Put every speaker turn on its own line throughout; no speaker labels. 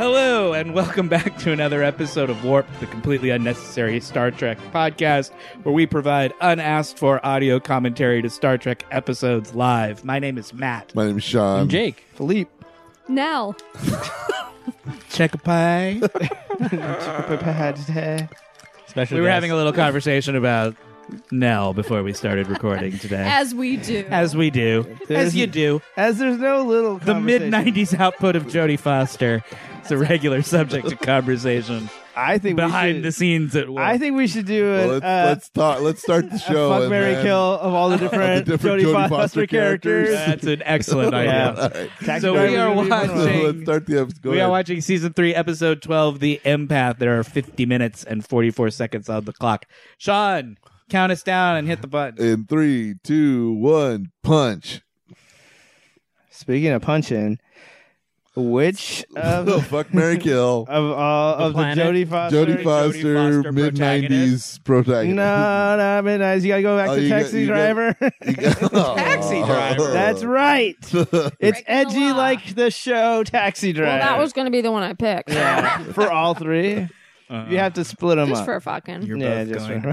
and welcome back to another episode of Warp, the completely unnecessary Star Trek podcast, where we provide unasked for audio commentary to Star Trek episodes live. My name is Matt.
My name's Sean.
Jake.
Philippe.
Now,
Check a pie.
Special
we were
guest.
having a little conversation about Nell before we started recording today.
as we do.
As we do, as you do,
As there's no little
the mid
conversation.
'90s output of Jodie Foster. It's a regular subject of conversation
I think we
behind
should-
the scenes at work.
I think we should do a,
Well, let's,
uh,
let's talk. Let's start the
a
show.
fuck
and
Mary
then-
Kill of all the different,
different
Jodie
Jodie
Foster,
Foster
characters.
characters.
that's an excellent
Yeah.
idea.
Taxi
So we
Driver's
are
gonna be one of them.
watching-
Let's start the episode. Go
we
ahead.
are watching season three, episode twelve, "The Empath." There are fifty minutes and forty-four seconds on the clock. Sean, count us down and hit the button.
in three, two, one, punch.
Speaking of punching, which of,
fuck Mary Kill.
of all
The
of the
planet?
Jodie Foster?
Jodie
Jodie Foster
Foster, mid nineties protagonist.
No, no, midnight. You gotta go back
Oh,
to
you got-
Taxi
you Oh. got-
Driver.
Taxi Driver.
That's right. It's
Breaking the
edgy
law.
like the show Taxi Driver.
well, that was going to be the one I picked.
yeah, for all three. You have to split them
Just
up.
for fucking.
You're
Yeah,
both
just
going to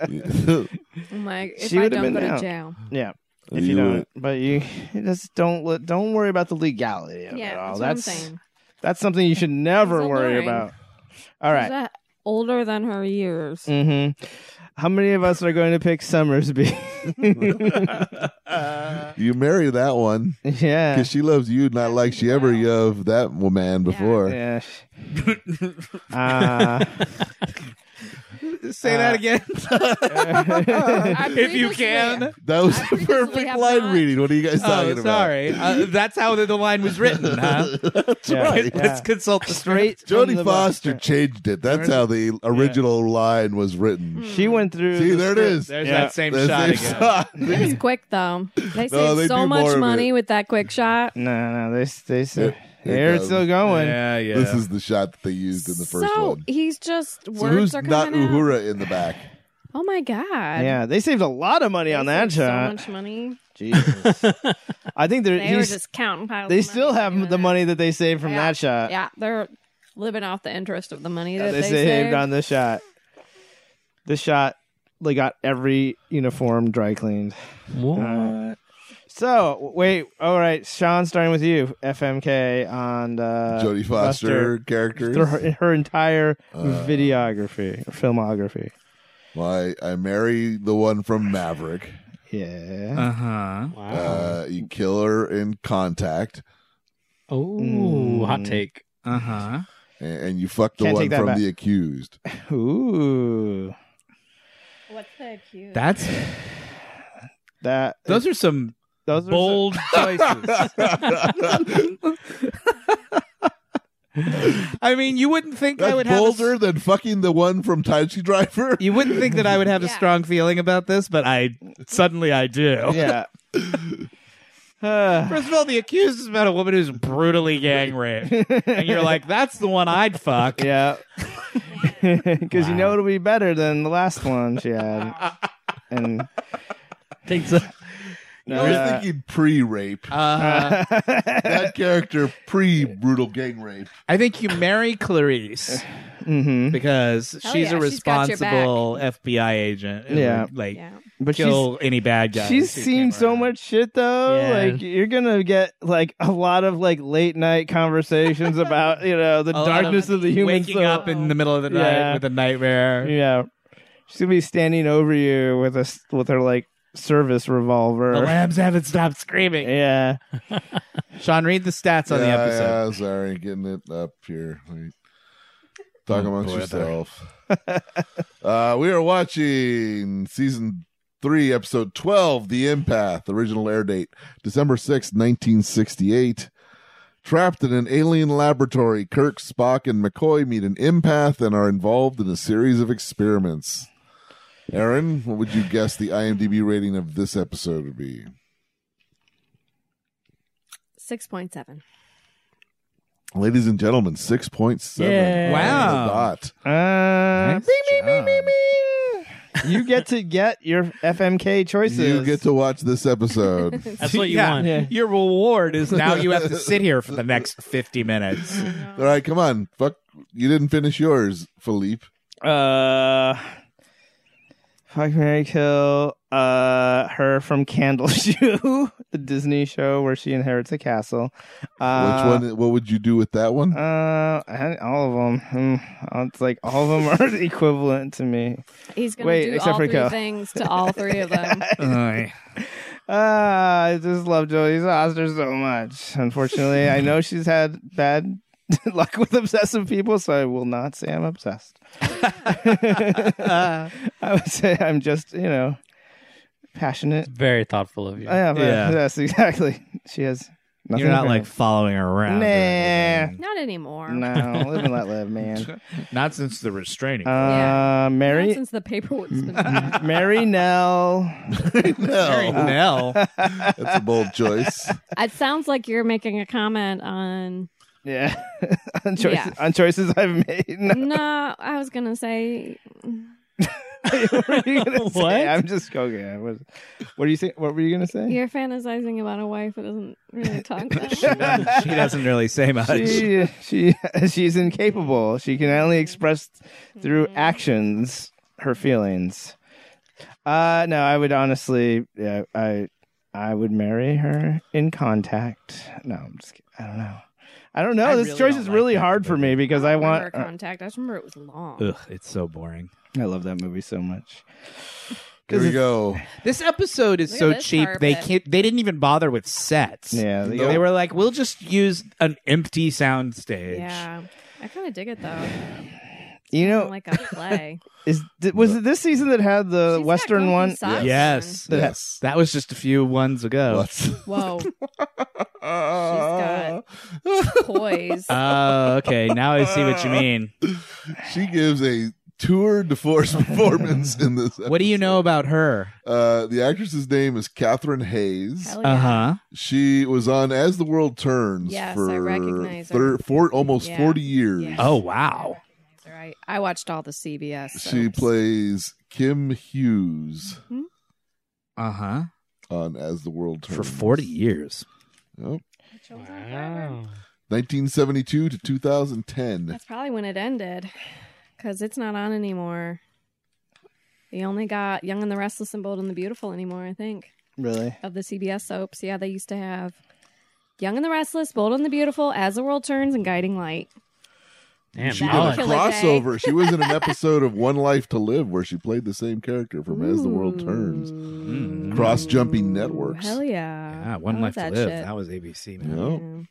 right.
prison.
I'm like, if
She
I
would've
don't go
been
to
out.
jail.
yeah. if you, don't, but you just don't let, don't worry about the legality of
Yeah,
it
that's,
all.
what
That's
I'm saying.
that's something you should never
It's
worry
alluring.
about. All
Is
right.
that older than her years?
Mm-hmm. How many of us are going to pick Summersby?
you marry that one
yeah.
because she loves you not like she ever loved that man before.
yeah. Uh,
Say that again.
I
if you
previously-
can.
That was
I
the
previously
perfect
have
line
not-
reading. What are you guys talking
Oh,
about?
sorry. Uh, that's how the, the line was written, huh?
yeah,
Let's
yeah.
consult the script.
Straight from
Jodie
the
Foster
book.
changed it. That's how the original line was written.
She went through.
See,
the
there it
script.
is.
Hmm. There's
Yeah.
that same
That's
shot
their
again.
shot.
It was quick though. They saved
they do
so
more of
much
it.
money with that quick shot.
No, no, they they still,
Here- here
here
it
it's still
comes.
going.
Yeah, yeah.
This is the shot that they used in the first
so
one.
he's just words
So who's
are
not
coming out.
Uhura in the back?
Oh my god!
Yeah, they saved a lot of money
They
on that
saved so
shot.
much money.
Jesus, I think they're,
They were
he's,
just counting piles. of
they
money
still have
doing
the
that.
money that they saved from
Yeah.
that shot.
Yeah, they're living off the interest of the money
that
that
they, saved, on this shot. This shot, they got every uniform dry cleaned.
What?
So wait, all right, Sean, starting with you, FMK on uh,
Jodie Foster, characters.
Through her, her entire
Uh,
videography, filmography.
Why I marry the one from Maverick.
Yeah.
Uh huh.
Oh.
Wow.
Uh, you kill her in Contact,
oh,
Mm.
hot take.
Uh huh.
and, and you fuck the
Can't
one
take that
from
back.
the accused.
Ooh,
What's the cute?
That's
that
those are some
those are
bold choices. I mean, you wouldn't think I would
That's
have a s-
bolder than fucking the one from Taxi Driver.
you wouldn't think that I would have a
Yeah.
strong feeling about this, but I suddenly I do.
some- yeah. Uh,
First of all, the accused is about a woman who's brutally gang raped, and you're like, "That's the one I'd fuck."
yeah, because you know it'll be better than the last one she had, and
Takes a
I was
uh,
thinking pre-rape.
Uh,
that character pre-brutal gang rape.
I think you marry Clarice
hmm
because
Hell
she's
yeah,
a
she's got your back.
responsible FBI agent. and
Yeah.
would, like
Yeah.
But she's
kill any bad guy.
she's seen so much shit though.
Yeah.
Like you're gonna get like a lot of like late night conversations about you know the
lot
darkness
of
of, the human
waking
soul.
up in the middle of the night
Yeah.
with a nightmare.
Yeah, she's gonna be standing over you with a s- with her like service
The
revolver.
lambs haven't stopped screaming.
Yeah,
Sean, read the stats on the
Yeah,
episode.
yeah, sorry, getting it up here. Let me- Talk amongst yourself. uh, we are watching season three, episode twelve, "The Empath." Original air date December sixth, nineteen sixty-eight. Trapped in an alien laboratory, Kirk, Spock, and McCoy meet an empath and are involved in a series of experiments. Aaron, what would you guess the IMDb rating of this episode would be?
Six point seven.
Ladies and gentlemen, six point seven.
Yeah.
Wow.
Dot.
uh,
Nice job.
you get to get your FMK choices.
You get to watch this episode.
That's what you
Yeah.
want.
Yeah.
Your reward is now you have to sit here for the next 50 minutes.
All right, come on. Fuck, you didn't finish yours, Philippe.
Uh, fuck Mary Kill. Uh, her from Candle Shoe, the Disney show where she inherits a castle. Uh,
Which one? What would you do with that one?
Uh, I- all of them. It's like all of them are equivalent to me.
He's gonna
Wait,
do
except
all
for
three
Kel.
things to all three of them.
Ah, I just love Jodie Foster so much. Unfortunately, I know she's had bad luck with obsessive people, so I will not say I'm obsessed. I would say I'm just, you know, passionate.
Very thoughtful of you.
I am, uh,
Yeah.
yes, exactly. She has nothing.
You're not
for
like
him.
following her around. or
Nah.
anything.
Not anymore.
no, live and let live, man.
Not since the restraining.
Not
Uh, Mary,
since the paperwork's been signed.
Mary Nell.
Mary
Uh, no,
Nell.
that's a bold choice.
It sounds like you're making a comment on.
Yeah, on choices,
Yeah.
on choices I've made. No,
No, I was gonna say
what were you gonna say?
What?
I'm just joking. I was- What do you think? What were you gonna say?
you're fantasizing about a wife that doesn't really talk. That
she, doesn't, she doesn't really say much.
She, she she's incapable. She can only express through actions her feelings. Uh no, I would honestly, yeah, I I would marry her in contact. No, I'm just kidding. I don't know. I don't know.
I
this
really
choice
don't
is
like
really
that
hard for me because I
Her
want. uh,
contact. I just remember it was long.
Ugh, it's so boring.
I love that movie so much.
Here we go.
This episode is
Look at
so
this
cheap they
carpet.
can't, they didn't even bother with sets.
Yeah, they-
Nope.
They were like, we'll just use an empty sound stage.
Yeah, I kind of dig it though.
you know,
like a play.
Is th- was it this season that had the
She's got
Western
comfy
one?
socks on.
Yes.
That-
Yes.
That was just a few ones ago.
What's-
Whoa, got- poise.
Uh,
Oh, okay. Now I see what you mean.
she gives a tour de force performance in this.
What do you know about her?
Uh, the actress's name is Catherine Hayes.
Hell yeah.
Uh
uh-huh.
huh.
She was on As the World Turns
Yes,
for
I recognize her.
thir- four, almost
Yeah.
40 years.
Yeah.
Oh, wow.
That's Right. I watched all the CBS.
She
soaps.
plays Kim Hughes
Uh huh.
on As the World Turns.
For 40 years.
Yep.
Wow.
1972 to 2010.
That's probably when it ended, because it's not on anymore. They only got Young and the Restless and Bold and the Beautiful anymore. I think
Really?
of the CBS soaps. Yeah, they used to have Young and the Restless, Bold and the Beautiful, As the World Turns, and Guiding Light.
Damn,
She did a
knowledge.
Kill it, Jay.
crossover. She was in an episode of One Life to Live where she played the same character from As the World Turns.
Ooh.
Cross jumping networks.
Hmm. Hell yeah!
Hmm. Yeah,
Oh, I
One Life
love
to
that
Live.
shit.
That was ABC, man.
Yep.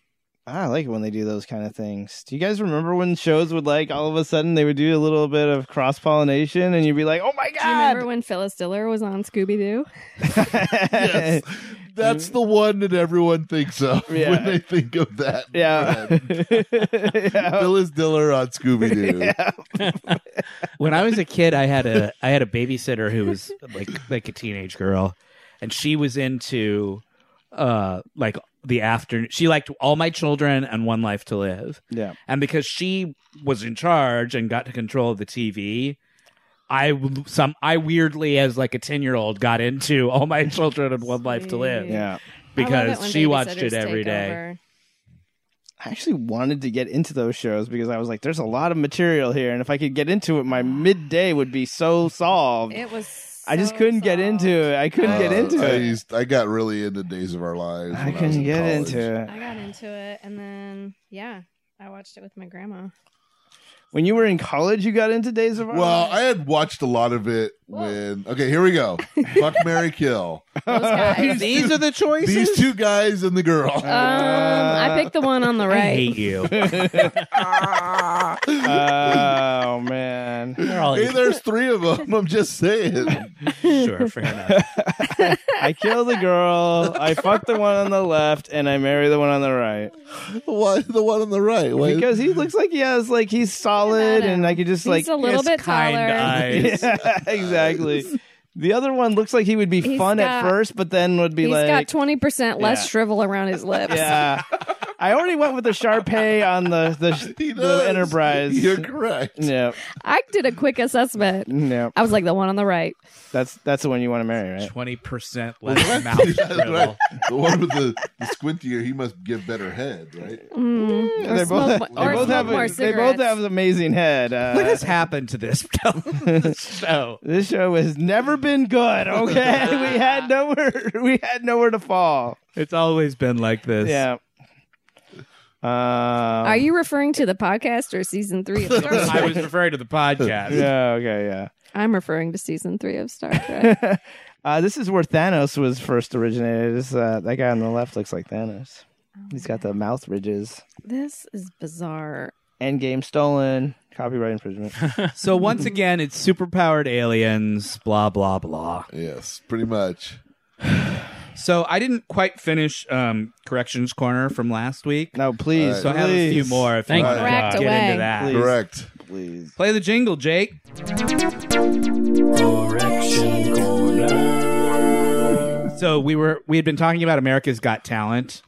Ah, I like it when they do those kind of things. Do you guys remember when shows would like all of a sudden they would do a little bit of cross pollination and you'd be like, "Oh my
Do you remember
god!"
when Phyllis Diller was on Scooby Doo?
Yes. That's the one that everyone thinks of
Mm-hmm. Yeah.
when they think of that.
Yeah. yeah.
Phyllis Diller on Uh, Scooby Doo.
when I was a kid, I had a I had a babysitter who was like like a teenage girl, and she was into uh like the afternoon. She liked all my children and One Life to Live,
Yeah.
and because she was in charge and got to control the TV. I w- some I weirdly as like a ten year old got into all my children and one life to live
Sweet.
Yeah.
I love it
because
when
she watched
babysitters
it every
take
day.
over.
I actually wanted to get into those shows because I was like, "There's a lot of material here, and if I could get into it, my midday would be so solved."
It was.
I just
so
couldn't get
soft.
into it. I couldn't get
Uh,
into
I
it.
used- I got really into Days of Our Lives.
I
when was
couldn't
in
get
college.
into it.
I got into it, and then yeah, I watched it with my grandma.
When you were in college, you got into Days of Our
Well, I had watched a lot of it when. Okay, here we go. Fuck Mary Kill.
Those guys.
These are the choices.
These two guys and the girl.
um, I picked the one on the
I
right.
hate you.
oh man,
They're all
Hey,
equal.
there's three of them. I'm just saying.
sure, fair enough.
I kill the girl. I fuck the one on the left, and I marry the one on the right
Why the one on the right? Why-
because he looks like he has like he's solid, and I could just
He's
like
a little
His
bit
kind
taller.
eyes.
yeah, exactly. The other one looks like he would be
He's
fun at
got-
first, but then would be
He's
like
got twenty percent less
Yeah.
shrivel around his lips.
yeah. I already went with the Sharpay on the the,
He
the
does.
Enterprise.
You're correct.
No,
I did a quick assessment.
no,
I was like the one on the right.
that's that's the one you want to marry, right?
Twenty percent less mouth
Yeah, that's right.
drivel.
The one with the, the squintier, he must give better head, right?
Mm, or
They both,
smoke
they
mo- or
both
smoke
have
more
they both
cigarettes.
have an amazing head. Uh,
What has happened to this show?
This show has never been good. Okay, we had nowhere we had nowhere to fall.
It's always been like this.
Yeah. Um,
Are you referring to the podcast or season three? Of Star
I
Trek?
was referring to the podcast.
Yeah. Okay.
I'm referring to season three of Star Trek.
Yeah. uh, this is where Thanos was first originated. This, uh, that guy on the left looks like Thanos. He's got the mouth ridges.
This is bizarre.
Endgame stolen. Copyright infringement.
So once again, it's superpowered aliens, blah blah blah.
Yes, pretty much.
So I didn't quite finish um, corrections corner from last week.
No, please.
So I have a few
please.
more. If
Thank
you wanna uh,
Correct
get
away.
into that,
Please.
Correct.
Please.
play the jingle, Jake. So we were we had been talking about America's Got Talent,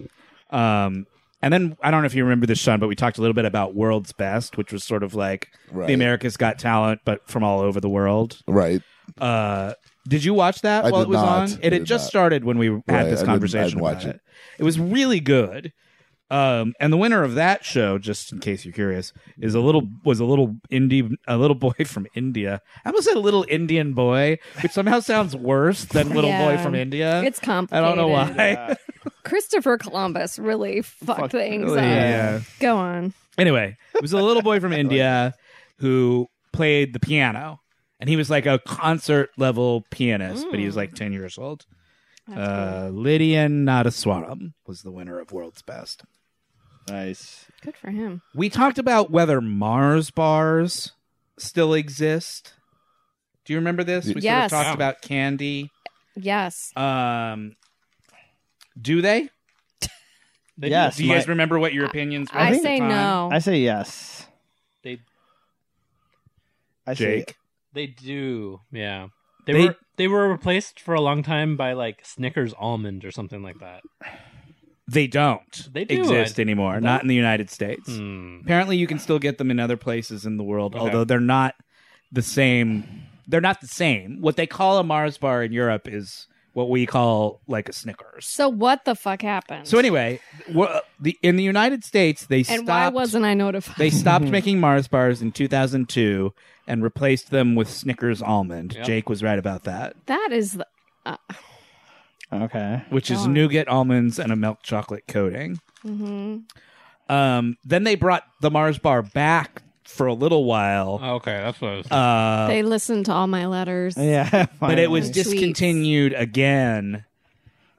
um, and then I don't know if you remember this, Sean, but we talked a little bit about World's Best, which was sort of like
Right.
the America's Got Talent, but from all over the world.
Right.
Uh, did you watch that
I
while it
did
was
not.
on?
I
It had
did
just
not.
started when we
I
had
didn't- I
this
didn't
conversation.
watch
about
it.
it. It was really good. Um, and the winner of that show, just in case you're curious, is a little was a little indie a little boy from India. I almost said a little Indian boy, which somehow sounds worse than little
Yeah.
boy from India.
It's
I
complicated.
don't know why.
Christopher Columbus really fucked
Fuck,
things
really,
up.
yeah.
Go on.
Anyway, it was a little boy from India who played the piano, and he was like a concert level pianist, but he was like
Mm.
ten years old.
That's
Uh, Lydian Nadaswaram was the winner of World's Best.
Nice.
good. Good for him.
We talked about whether Mars bars still exist. Do you remember this? We
Yes.
sort of
Wow.
talked about candy.
Yes.
Um, do they?
They
Yes.
Do you
my-
guys remember what your opinions were?
I,
at the
say
time?
no.
I say yes.
They-
I say
Jake.
They do. Yeah. They,
They-
were they were replaced for a long time by like Snickers almond or something like that.
They don't
They do.
exist
I-
anymore, not in the United States.
Hmm.
Apparently, you can still get them in other places in the world,
Okay.
although they're not the same. They're not the same. What they call a Mars bar in Europe is what we call like a Snickers.
So what the fuck happened?
So anyway, well, the in the United States they
and
stopped
why wasn't I notified?
they stopped making Mars bars in 2002 and replaced them with Snickers almond.
Yep.
Jake was right about that,
that is the,
Okay.
which is
Darn.
nougat almonds and a milk chocolate coating.
mhm.
Um, then they brought the Mars bar back for a little while.
Oh, Okay, that's what I was
Uh,
they listened to all my letters.
Yeah.
but it was
And sweets.
discontinued again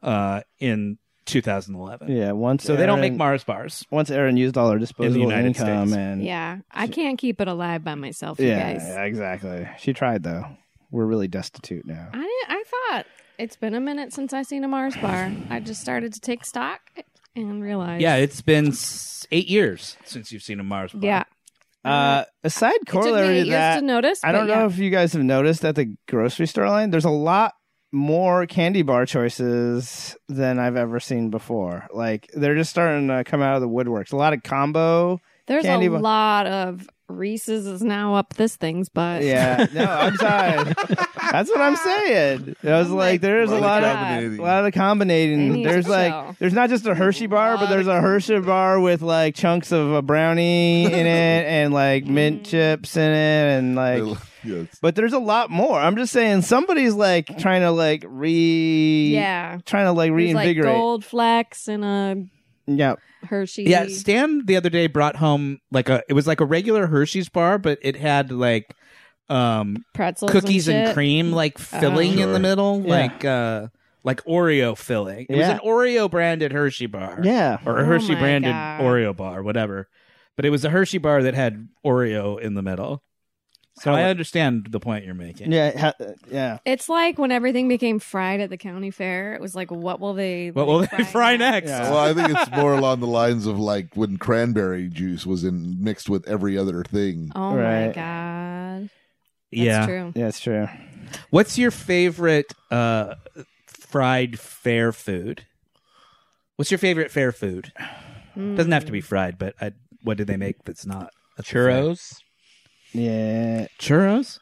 uh, in 2011.
Yeah. Once
So they don't make
Aaron-
Mars bars.
Once Aaron used all her disposable
United
income,
States.
and
Yeah. I can't keep it alive by myself, you
yeah,
guys.
yeah, exactly. She tried though. We're really destitute now.
I didn't- I thought it's been a minute since I seen a Mars bar. I just started to take stock and realize.
Yeah, it's been s- eight years since you've seen a Mars bar.
Yeah.
Uh, a side
It took me
corollary
eight
to
years
that,
to notice.
I don't
but
know
yeah.
if you guys have noticed at the grocery store line, there's a lot more candy bar choices than I've ever seen before. Like they're just starting to come out of the woodworks. A lot of combo.
There's
candy
a
bar-
lot of Reese's is now up this thing's butt.
Yeah, no, I'm sorry. That's what I'm saying. I was
Oh my
like, there's a
God.
lot of A
Dominating.
lot of the
They
combinating.
need
There's
to
like,
chill.
there's not just a Hershey bar, but
Lot
there's a Hershey bar with like chunks of a brownie in it and like mint
Mm-hmm.
chips in it and like.
yes.
But there's a lot more. I'm just saying, somebody's like trying to like re,
Yeah.
trying to like
There's like
reinvigorate.
gold flax and a
yeah,
Hershey.
Yeah, Stan the other day brought home like a it was like a regular Hershey's bar, but it had like um
pretzels,
cookies and,
shit.
cream like filling in the
Sure.
middle,
Yeah.
like uh like Oreo filling. It was
Yeah.
an Oreo branded Hershey bar.
yeah.
Or
Oh
a Hershey
my
branded
God.
Oreo bar, whatever. But it was a Hershey bar that had Oreo in the middle. So
How-
I understand the point you're making.
Yeah, ha- yeah.
It's like when everything became fried at the county fair. It was like, what will they?
What will they fry next?
Yeah.
Well, I think it's more along the lines of like when cranberry juice was in mixed with every other thing.
Oh my
Right.
god! That's
Yeah.
true.
Yeah, it's true.
What's your favorite uh fried fair food? What's your favorite fair food?
Hmm.
Doesn't have to be fried, but I, what do they make that's not that's fried?
Churros.
Yeah.
Churros.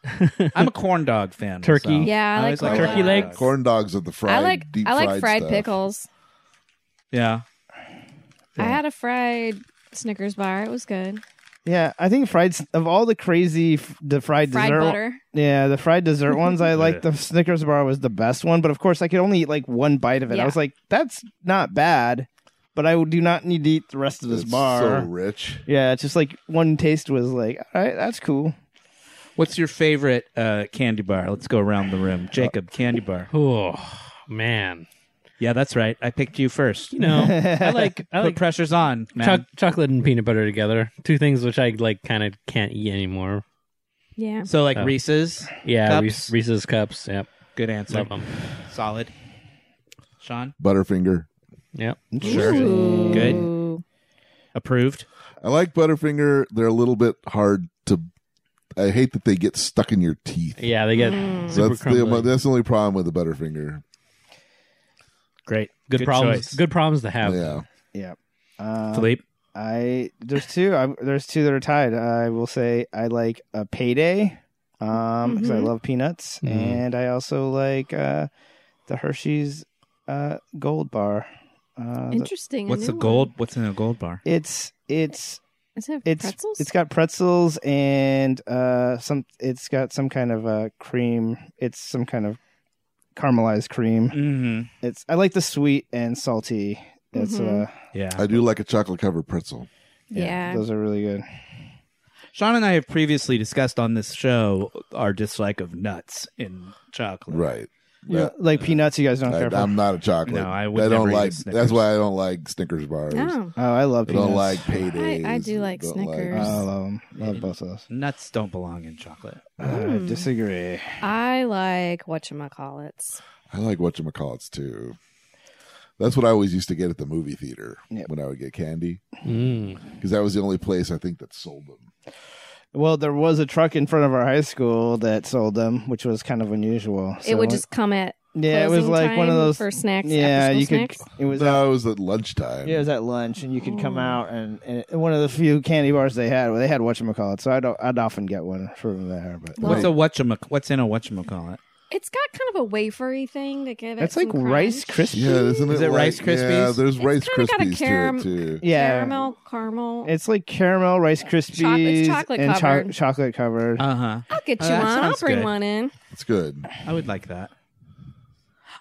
I'm a corn dog fan.
Turkey.
myself.
Yeah, I like
always
corn
turkey
dogs.
legs.
Corn dogs at the fried.
I like
deep
I like fried,
fried, stuff.
pickles.
Yeah,
I had a fried Snickers bar. It was good.
Yeah, I think fried s- of all the crazy f- the fried,
Fried
dessert.
butter.
Yeah, the fried dessert ones I like the Snickers bar was the best one, but of course I could only eat like one bite of it. I
Yeah.
was like that's not bad, but I do not need to eat the rest of this
It's
bar.
so rich.
yeah, it's just like one taste was like, all right, that's cool.
What's your favorite uh, candy bar? Let's go around the
Uh,
room. Jacob, candy bar.
Oh man,
Yeah, that's right. I picked you first.
you know I like I
Put
like
pressure's on, man.
choc- chocolate and peanut butter together. Two things which I like kind of can't eat anymore.
Yeah.
So like
Oh.
Reese's,
Yeah,
Cups.
Reese, Reese's cups. Yep,
good answer.
love them.
Solid. Sean,
Butterfinger.
Yep.
Sure.
Ooh.
approved.
I like Butterfinger. They're a little bit hard to. I hate that they get stuck in your teeth.
Yeah, they get
Mm.
super
that's
crumbly.
the that's the only problem with the Butterfinger.
Great.
good, problems.
choice.
Good problems to have.
yeah,
Um,
Philippe.
I there's two. I, there's two that are tied. I will say I like a payday, um, because I
Mhm.
love peanuts,
Mhm.
and I also like uh, the Hershey's uh, gold bar. Uh, the-
Interesting.
What's
a
a
new
gold?
One.
What's in a gold bar?
it's it's
Is it
it's
pretzels?
it's got pretzels and uh, some. It's got some kind of uh, cream. It's some kind of caramelized cream.
Mm-hmm.
It's I like the sweet and salty. It's
Mhm.
uh,
Yeah.
I do like a chocolate covered pretzel.
yeah.
those are really good.
Sean and I have previously discussed on this show our dislike of nuts in chocolate.
Right.
You know, like peanuts, you guys don't care
I,
for.
I'm not a chocolate.
No, I would
I don't
never eat a
like.
Snickers.
That's why I don't like Snickers bars.
Oh.
oh, I love
I
peanuts.
don't like paydays.
I do like
don't
Oh,
Snickers.
I love them. Love
Yeah.
both of those.
Nuts don't belong in chocolate.
I
Mm.
disagree.
I like whatchamacallits.
I like whatchamacallits too. That's what I always used to get at the movie theater
Yep.
when I would get candy
Mm.
because that was the only place I think that sold them.
Well, there was a truck in front of our high school that sold them, which was kind of unusual.
it
So
would just come at
yeah, it was
closing
like one of
time
those.
for snacks.
yeah,
after
you
school
could.
snacks.
It was.
No, it was at lunchtime.
Yeah, it was at lunch, and you could come
Oh.
out, and, and one of the few candy bars they had, well, they had whatchamacallit, so I'd, I'd often get one from there. But
Well,
What's a whatchamac? What's in a whatchamacallit?
It's got kind of a wafery thing to give it.
it's like
some
Rice
crunch.
Krispies.
Yeah, isn't it?
Is it
like-
Rice Krispies?
Yeah, there's
It's
Rice
kinda got a
Krispies
caram-
to it too.
Yeah.
caramel, caramel.
It's like caramel Rice Krispies
chocolate
and
covered.
chocolate covered.
Uh
Uh-huh.
huh.
I'll get
Oh,
you
that
one. I'll
sounds
bring
good.
one in.
It's good.
I would like that.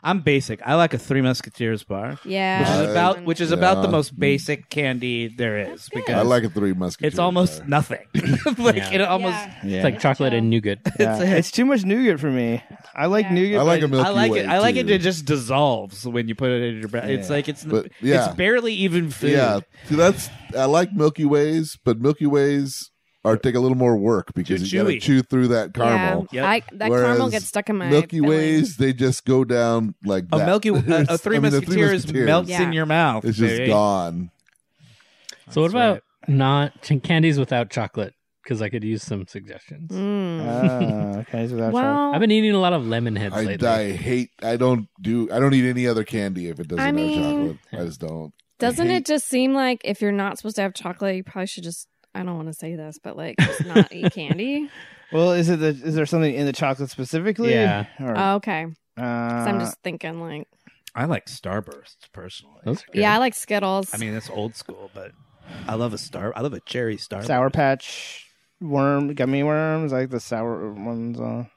I'm basic. I like a Three Musketeers bar,
Yeah,
which is
Uh,
about which is about the
yeah.
most basic candy there is
good.
because
I like a Three Musketeers.
it's almost
bar.
nothing. like
Yeah.
it almost.
yeah.
It's like chocolate and nougat.
Yeah.
it's-
it's too much nougat for me. I like
Yeah.
nougat.
I like
but-
a Milky
I like
Way,
it. I like it.
too.
It just dissolves when you put it in your breath. It's
Yeah.
like it's
But, yeah.
it's barely even food.
Yeah, see, that's I like Milky Ways, but Milky Ways are take a little more work because
Too
you got to
chewy.
chew through that caramel.
Yep.
Yeah, I, that caramel
Whereas
gets stuck in my
Milky
filling.
Ways, they just go down like
A
that.
Milky a, a
It's-
Three
I mean, the
Musketeers melts
Yeah.
in your mouth.
It's just
dude.
gone.
So what
That's
about
right.
not ch- candies without chocolate? Because I could use some suggestions.
Mm.
Ah, okay, so that's right.
well,
I've been eating a lot of lemon heads
I,
lately.
I hate. I don't do. I don't eat any other candy if it doesn't
I mean-
have chocolate. I just don't.
doesn't
hate-
it just seem like if you're not supposed to have chocolate, you probably should just. I don't want to say this, but like, just not eat candy.
Well, is it the, is there something in the chocolate specifically?
Yeah.
Or,
Oh, okay,
uh,
'Cause I'm just thinking like,
I like Starbursts personally.
Those are good.
yeah, I like Skittles.
I mean, that's old school, but I love a star. I love a cherry star.
sour patch worm gummy worms. I like the sour ones. On.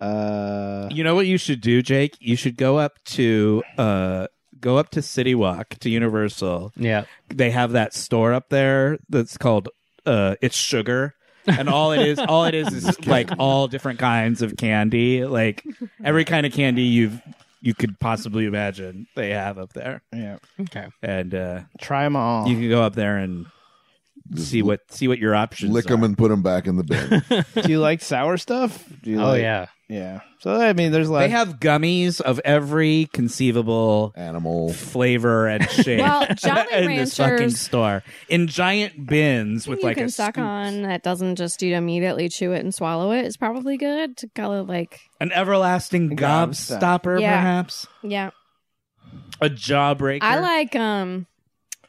Uh,
You know what you should do, Jake? You should go up to uh go up to City Walk to Universal.
Yeah.
They have that store up there that's called uh it's sugar. And all it is all it is is like all different kinds of candy. Like every kind of candy you've you could possibly imagine they have up there.
yeah,
Okay.
And uh
try them all.
you can go up there and
Just
see what see what your options
Lick
are.
them and put them back in the bin.
Do you like sour stuff? Do you
Oh
like,
yeah.
yeah. So I mean, there's like
They have gummies of every conceivable
Animal.
flavor and shape
Well, Jolly
in this fucking
Ranchers-
store in giant bins with
you
like
can
a
suck
scoop.
on that doesn't just you immediately chew it and swallow it. It's probably good to color like
an everlasting
Gobstopper.
gobstopper,
Yeah.
perhaps
yeah.
a jawbreaker.
I like um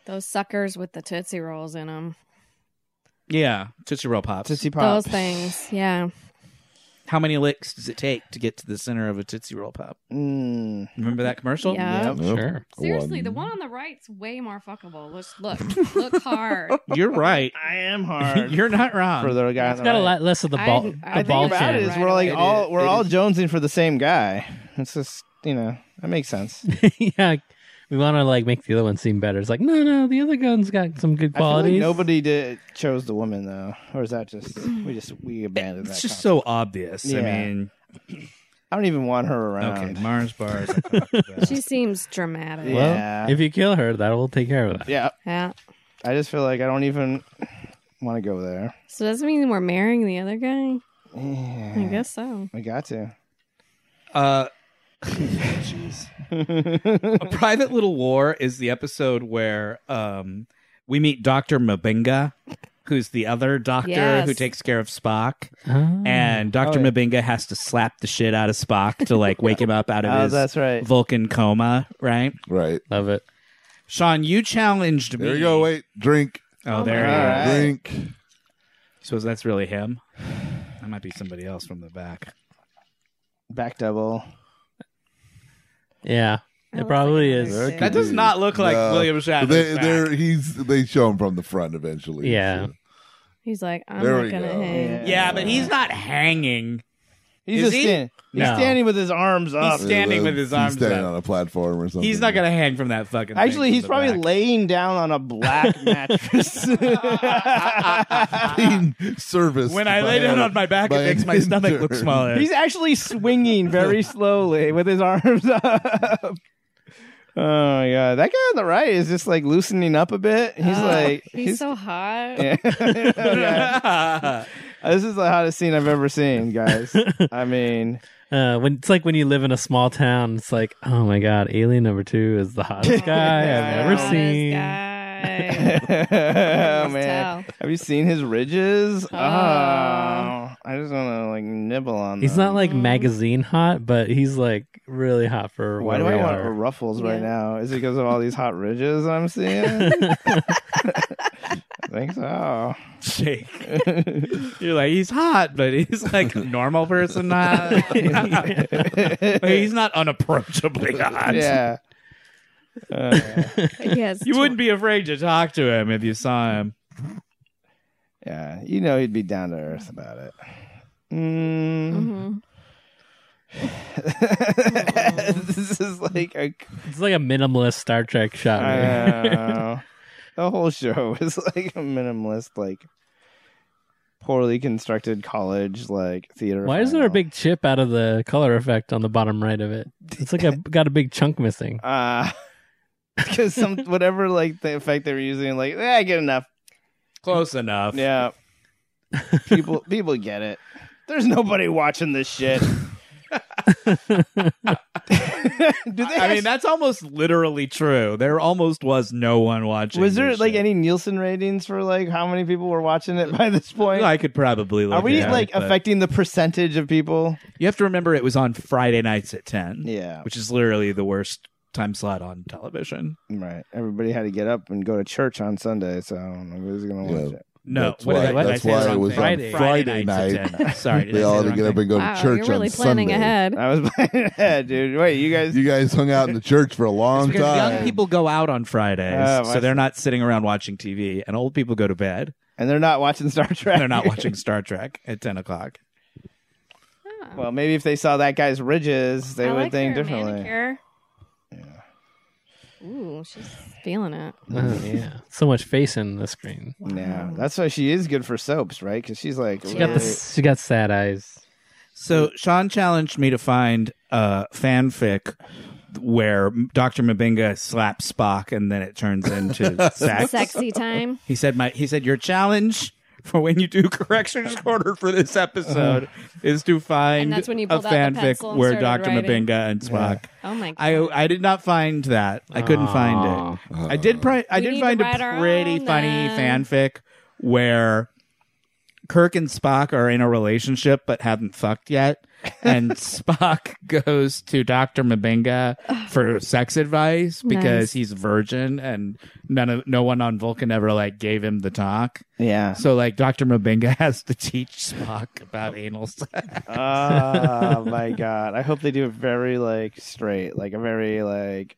Those suckers with the Tootsie Rolls in them.
Yeah, Tootsie Roll Pops.
Tootsie Pops.
Those things. Yeah.
How many licks does it take to get to the center of a Tootsie Roll Pop?
Mm.
Remember that commercial?
Yeah.
Nope.
Oh, Sure.
Seriously, the one on the right's way more fuckable. Let's look. Look hard.
You're right.
I am hard.
You're not wrong.
for the guy.
It's got a lot less of the
I-
ball.
I
I
the ball
think about it
chin.
is
Right
we're like
away. It
all
is-
we're
it
all
is-
jonesing for the same guy. It's just you know that makes sense.
yeah, we want to like make the other one seem better. It's like no, no, the other gun's got some good
I feel like
qualities.
nobody did chose the woman though, or is that just we just we abandoned
It's
that?
just
concept.
so obvious. I
Yeah. Um.
mean,
I don't even want her
okay,
around.
Mars bars. I talked about.
She seems dramatic.
Yeah.
Yeah.
Well, if you kill her, that will take care of that.
Yeah, I just feel like I don't even want to go there.
So does that mean we're marrying the other guy?
Yeah.
I guess so.
we got to.
Uh, jeez. A Private Little War is the episode where um, we meet Dr. Mabinga, who's the other doctor
Yes.
who takes care of Spock.
Oh.
And Dr.
Oh, yeah.
Mabinga has to slap the shit out of Spock to like wake him up out of
oh,
his
that's right.
Vulcan coma, right?
Right.
Love it.
Sean, you challenged me.
There you go. Wait. Drink.
Oh,
Oh,
there
All
you
right.
go.
Drink.
So that's really him? That might be somebody else from the back.
Back double.
Yeah, It probably is.
That does not look like
No.
William Shatner's
They,
back.
they're he's they show him from the front eventually.
Yeah.
He's like, I'm
There we
not gonna
go.
hang.
Yeah, but he's not hanging.
He's
Is
just
he?
standing. He's
No.
standing with his arms up.
So
standing with his
he's
arms
standing
up.
on a platform or something.
He's not gonna hang from that fucking. thing
Actually,
from
he's
the
probably
back.
laying down on a black mattress.
being serviced.
When I
by
lay down
a-
on my back,
by
it makes
an
my stomach look
intern.
smaller.
He's actually swinging very slowly with his arms up. Oh my god, that guy on the right is just like loosening up a bit. He's
Oh,
like,
he's, so hot.
Yeah. Yeah.
Yeah.
This is the hottest scene I've ever seen, guys. I mean,
Uh, when it's like when you live in a small town, it's like, oh my god, alien number two is the hottest guy
Yeah.
I've ever
Hottest
seen.
guy.
oh
Just tell.
man, have you seen his ridges?
Oh.
Oh, I just want to like nibble on.
He's
them.
not like
Mhm.
magazine hot, but he's like really hot for
Why
where
do
we
I want
are.
ruffles right
Yeah.
now? Is it because of all these hot ridges I'm seeing? I think so.
Jake, you're like he's hot, but he's like a normal person hot. But he's not unapproachably hot.
yeah. Uh,
He has
You
tw-
wouldn't be afraid to talk to him if you saw him.
yeah, you know he'd be down to earth about it. Mm.
Mhm.
this is like a
It's like a minimalist Star Trek shot.
I uh,
right?
know. the whole show is like a minimalist, like poorly constructed college like theater.
Why is there a
final.
big chip out of the color effect on the bottom right of it? It's like a got a big chunk missing.
uh because some whatever like the effect they were using, like yeah, I get enough.
Close enough.
Yeah, people people get it. There's nobody watching this shit. Do they?
I mean, that's almost literally true. There almost was no one watching.
was there
this
like
shit.
any Nielsen ratings for like how many people were watching it by this point?
I could probably. Look
Are we
it up,
like
but-
affecting the percentage of people?
You have to remember it was on Friday nights at ten,
Yeah,
which is literally the worst time slot on television.
right. Everybody had to get up and go to church on Sunday, so nobody's gonna watch
Yeah.
it.
No,
That's
what did
why-
I- what did I
that's
say the
why it
wrong
was
thing?
on
Friday,
Friday
nights at 10. Sorry, did I
They
say
all
the
had to
wrong
get up
thing?
and go
Wow,
to church
you're really
on
planning
Sunday.
ahead.
I was planning ahead, dude. Wait, you guys.
You guys hung out in the church for a
It's
long
because
time.
young people go out on Fridays,
Oh, I
so they're not sitting around watching TV, and old people go to bed.
and they're not watching Star Trek.
And they're not watching Star Trek at ten o'clock.
Ah.
well, maybe if they saw that guy's ridges, they
I
would
like
think
her
differently.
manicure. Ooh, she's feeling it.
Oh, yeah, so much face in the screen.
Yeah, that's why she is good for soaps, right? Because she's like
She
really-
got this. She got sad eyes.
So Sean challenged me to find a fanfic where Dr. Mabinga slaps Spock, and then it turns into sex.
Sexy time.
He said my he said your challenge for when you do corrections corner for this episode is to find
And that's when you
a
pulled out the
fanfic
pencil and
where
started
Dr.
writing.
Mabinga and Spock.
Oh my god.
I I did not find that. I couldn't find it. I did pri- I
We
did
need to
find a
write our
pretty
own
funny
then.
fanfic where Kirk and Spock are in a relationship but haven't fucked yet, and Spock goes to Doctor Mabenga for sex advice because
Nice.
he's a virgin and none of no one on Vulcan ever like gave him the talk.
Yeah.
So like Doctor Mabenga has to teach Spock about anal sex.
oh my god. I hope they do it very like straight, like a very like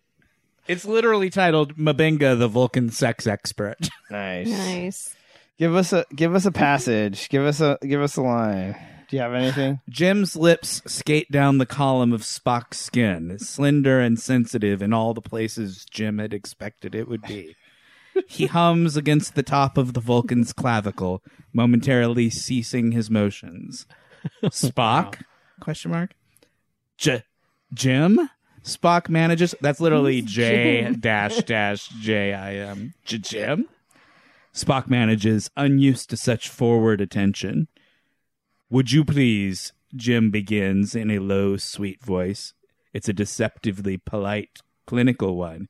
It's literally titled Mabenga, the Vulcan sex expert.
nice.
Nice.
Give us a give us a passage. Give us a give us a line. Do you have anything?
Jim's lips skate down the column of Spock's skin, slender and sensitive in all the places Jim had expected it would be. He hums against the top of the Vulcan's clavicle, momentarily ceasing his motions. Spock? Question mark. J- Jim? Spock manages. That's literally J dash dash J I M. J- Jim? Spock manages, unused to such forward attention. Would you please? Jim begins in a low, sweet voice. It's a deceptively polite, clinical one.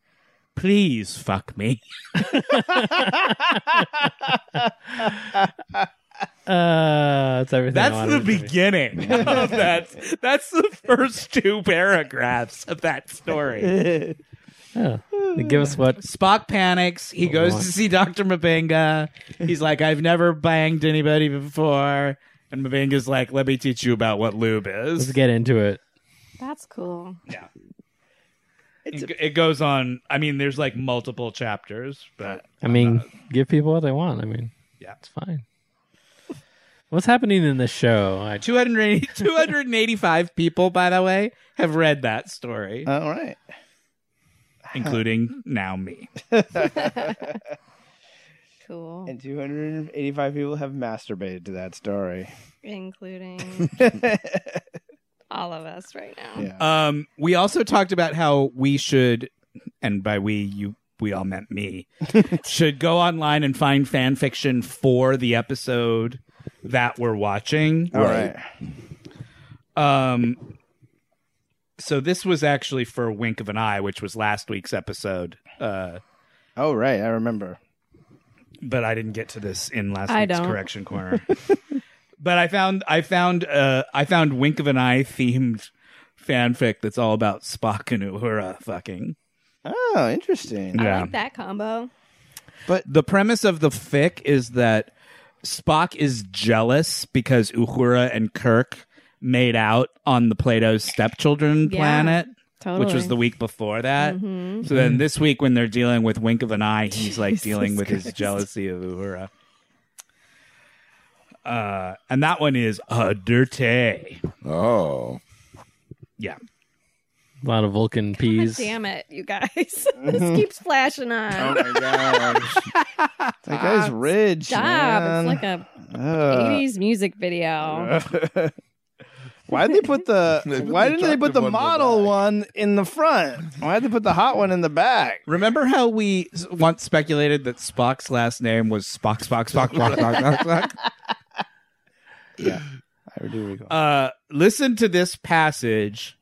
Please fuck me.
Uh, it's everything. I
That's
wanted
the
it to be.
beginning of that. That's the first two paragraphs of that story.
Oh, They give us what?
Spock panics. He goes to see Dr. Mabenga. He's like, I've never banged anybody before. And Mabenga's like, let me teach you about what lube is.
Let's get into it.
That's cool.
It, it goes on. I mean, there's like multiple chapters, but
I mean, give people what they want. I mean,
Yeah.
it's fine. What's happening in the show? I,
280 285 people, by the way, have read that story,
All right.
including now me.
Cool.
And 285 people have masturbated to that story.
Including all of us right now.
Yeah.
Um, we also talked about how we should, and by we, you, we all meant me, should go online and find fan fiction for the episode that we're watching.
All right.
Um, so this was actually for Wink of an Eye, which was last week's episode. Uh,
Oh right, I remember.
but I didn't get to this in last
I
week's
don't.
correction corner. but I found I found uh I found Wink of an Eye themed fanfic that's all about Spock and Uhura fucking.
Oh, interesting.
Yeah.
I like that combo.
The premise of the fic is that Spock is jealous because Uhura and Kirk made out on the Plato's stepchildren
Yeah,
planet,
Totally.
which was the week before that.
Mhm.
So then this week when they're dealing with Wink of an Eye, he's like dealing with his
Christ.
jealousy of Uhura. Uh, and that one is a dirty.
Oh,
Yeah.
a lot of Vulcan peas.
Damn it, you guys. this keeps flashing on.
Oh, my god. that guy's rich.
Job.
man.
It's like a
Ugh.
80s music video.
Why did they put the
They put
Why
the
didn't they
attractive
put the
one in the
model
back.
one in the front? Why did they put the hot one in the back?
Remember how we s- once speculated that Spock's last name was Spock, Spock, Spock, Spock, Spock, Spock, Spock?
I do recall.
Uh, listen to this passage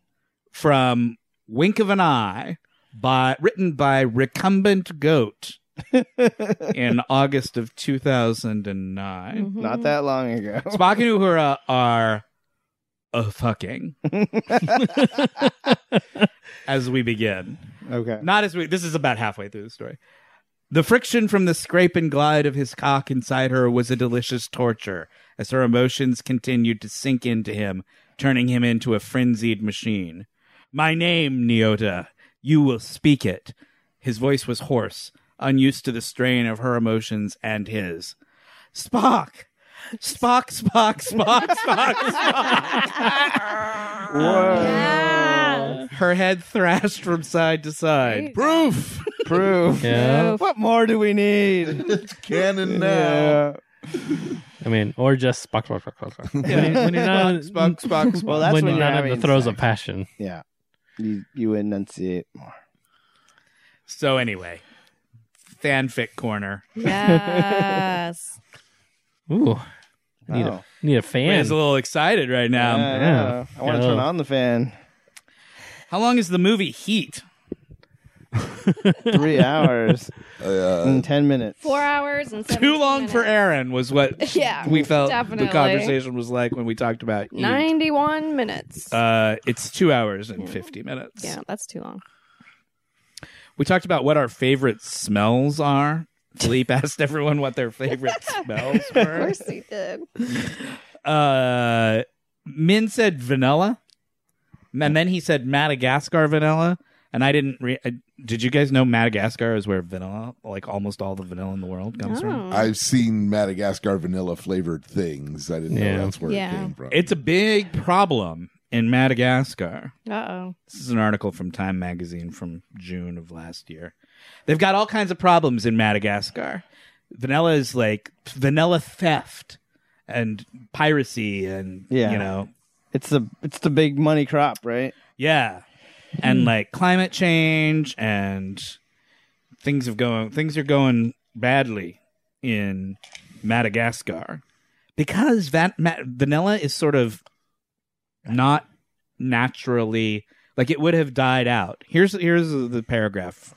from Wink of an Eye by written by Recumbent Goat in August of 2009.
Mhm.
Not that long ago.
Spock and Uhura are a fucking as we begin.
Okay.
Not as we. This is about halfway through the story. The friction from the scrape and glide of his cock inside her was a delicious torture as her emotions continued to sink into him, turning him into a frenzied machine. My name, Neota. You will speak it. His voice was hoarse, unused to the strain of her emotions and his. Spock! Spock, Spock, Spock, Spock, Spock!
Ah,
Her head thrashed from side to side.
proof
Proof.
Yeah.
What more do we need?
canon now.
Yeah.
I mean, or just Spock, Spock, Spock, Spock. Spock. When, you- when you're not,
Spock, Spock, Spock.
Well, that's
when
when,
you're
you're
not in
having
the throes
sex.
of passion.
Yeah. You you enunciate more.
So anyway, fanfic corner.
yes.
Ooh, need
Oh.
a need a fan.
He's a little excited right now.
Yeah, I
yeah.
know. I want to
Yeah.
turn on the fan.
How long is the movie Heat?
Three hours
Uh,
and ten minutes.
Four hours and
Too
17
long for
minutes.
Aaron was what
Yeah,
we felt
definitely.
the conversation was like when we talked about Eve.
Ninety-one minutes.
Uh, it's two hours and fifty minutes.
yeah, that's too long.
We talked about what our favorite smells are. Philippe asked everyone what their favorite smells
Of
were.
course he did.
Uh, Min said vanilla, and then he said Madagascar vanilla. And I didn't. Re- I, did you guys know Madagascar is where vanilla, like almost all the vanilla in the world, comes from?
Oh.
I've seen Madagascar vanilla flavored things. I didn't
Yeah.
know that's where
Yeah.
it came from.
It's a big problem in Madagascar.
Uh-oh.
This is an article from Time magazine from June of last year. They've got all kinds of problems in Madagascar. Vanilla is like vanilla theft and piracy and
Yeah.
you know,
It's the it's the big money crop, right?
yeah. And like climate change and things have going things are going badly in Madagascar because van- ma- vanilla is sort of not naturally like it would have died out. Here's here's the paragraph.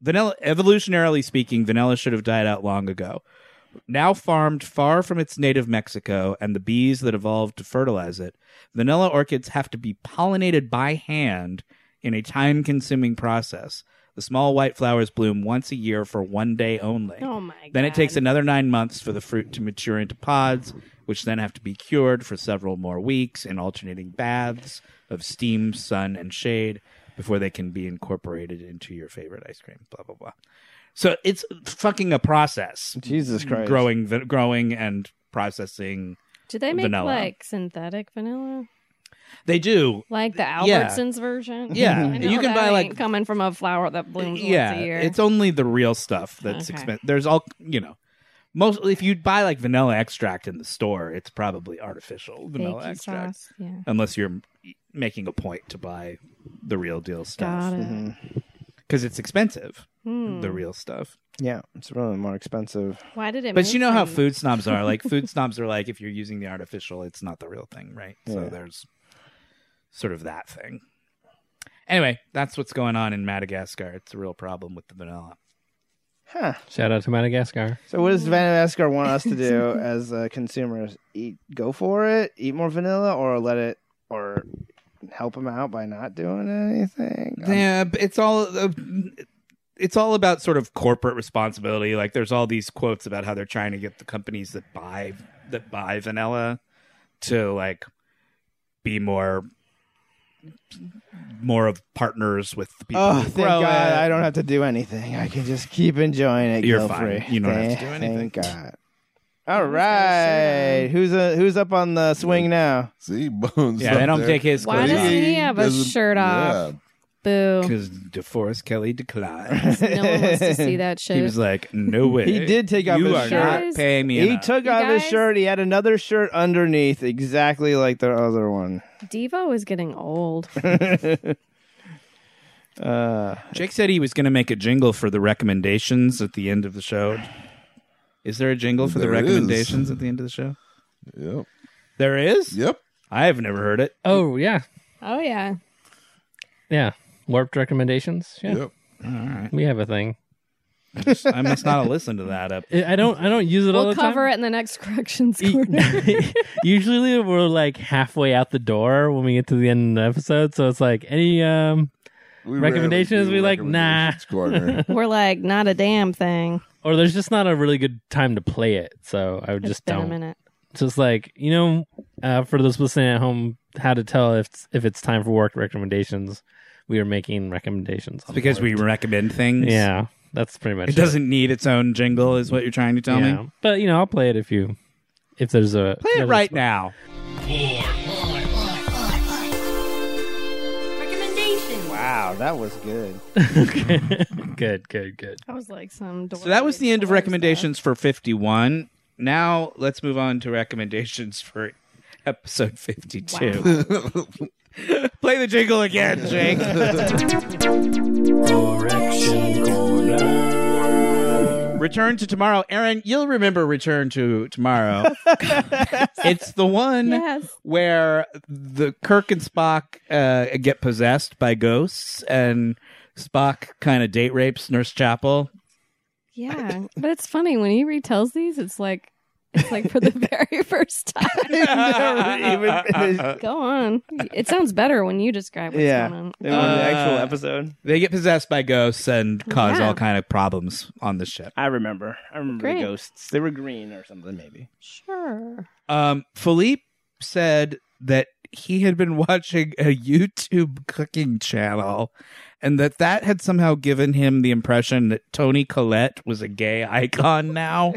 Vanilla evolutionarily speaking, vanilla should have died out long ago. Now farmed far from its native Mexico and the bees that evolved to fertilize it, vanilla orchids have to be pollinated by hand in a time-consuming process. The small white flowers bloom once a year for one day only.
Oh my god.
Then it takes another nine months for the fruit to mature into pods, which then have to be cured for several more weeks in alternating baths of steam, sun, and shade before they can be incorporated into your favorite ice cream. Blah blah blah. So it's fucking a process.
Jesus Christ.
Growing, the- growing, and processing.
Do they make
vanilla.
like synthetic vanilla?
They do.
Like the
Yeah.
Albertsons version?
Yeah.
I know
You can
that
buy, like-
ain't coming from a flower that blooms
yeah,
once a year.
it's only the real stuff that's
Okay.
expensive. There's all you know. Most if you buy like vanilla extract in the store, it's probably artificial vanilla
Bacon
extract.
sauce. Yeah.
unless you're making a point to buy the real deal
Got
stuff
it.
Mhm.
because it's expensive
Hmm.
the real stuff
Yeah, it's really more expensive.
Why did it?
but you
move
know Hmm. how
from-
food snobs are like food snobs are like if you're using the artificial it's not the real thing right so
Yeah.
there's sort of that thing anyway that's what's going on in madagascar it's a real problem with the vanilla
Huh.
Shout out to Madagascar.
So what does Madagascar want us to do as uh, consumers? Eat, go for it, eat more vanilla, or let it, or help them out by not doing anything. Um,
yeah but it's all uh, it's all about sort of corporate responsibility like there's all these quotes about how they're trying to get the companies that buy that buy vanilla to like be more more of partners with the people
Oh,
who
thank
grow
God!
it.
I don't have to do anything. I can just keep enjoying it.
You're
guilt-free.
fine. You don't have to
Thank-
do anything.
Thank God. All
Who's gonna
right, who's uh, who's up on the swing now?
See, Bones.
yeah they
up
don't
there.
take his
Why
clothes
does
off
he have a
Doesn't-
shirt off? Boo.
because DeForest Kelly declined.
No one wants to see that shit.
he was like, "No way."
He did take off
you
his
are
shirt.
not
Guys,
paying me.
He
enough."
took
You
off his
guys-
shirt. He had another shirt underneath, exactly like the other one.
Devo is getting old.
Uh,
Jake said he was going to make a jingle for the recommendations at the end of the show. Is there a jingle for the
There is.
recommendations at the end of the show?
Yeah. Yep.
There is.
Yep.
I have never heard it.
Oh yeah,
Oh yeah.
yeah. Warped recommendations. Yeah,
Yep.
All right.
we have a thing.
I must not have listened to that. Up.
I I don't. I don't use it all
We'll
the
cover
time. E-
it in the next corrections corner.
Usually we're like halfway out the door when we get to the end of the episode, so it's like any um
We
Recommendations,
rarely do
we like, nah.
recommendations Corner.
We're like, not a damn thing.
or there's just not a really good time to play it, so I would
It's
just
been a
don't.
minute.
So it's like you know, uh, for those listening at home, how to tell if it's, if it's time for work recommendations. We are making recommendations on
because we
Warped.
recommend things.
yeah, that's pretty much
It doesn't need its own jingle, is what you're trying to tell
yeah.
me.
But you know, I'll play it if you if there's a
Play it
there's a
right
spot.
now.
wow, that was good.
okay. good, good, good.
That was like some.
So that was the end of recommendations for 51. Now let's move on to recommendations for episode 52. Play the jingle again, Jake. Return to tomorrow. Aaron, you'll remember Return to Tomorrow. it's the one
Yes.
where the Kirk and Spock uh, get possessed by ghosts and Spock kind of date rapes Nurse Chapel.
Yeah, but it's funny when he retells these. It's like it's like for the very first time.
Never even finished.
Go on. It sounds better when you describe what's
Yeah.
going on.
They want the actual
Uh,
episode.
They get possessed by ghosts and cause
Yeah.
all kind of problems on the ship.
I remember. I remember
Great.
the ghosts. They were green or something, maybe.
Sure.
Um, Philippe said that he had been watching a YouTube cooking channel and that that had somehow given him the impression that Tony Collette was a gay icon now.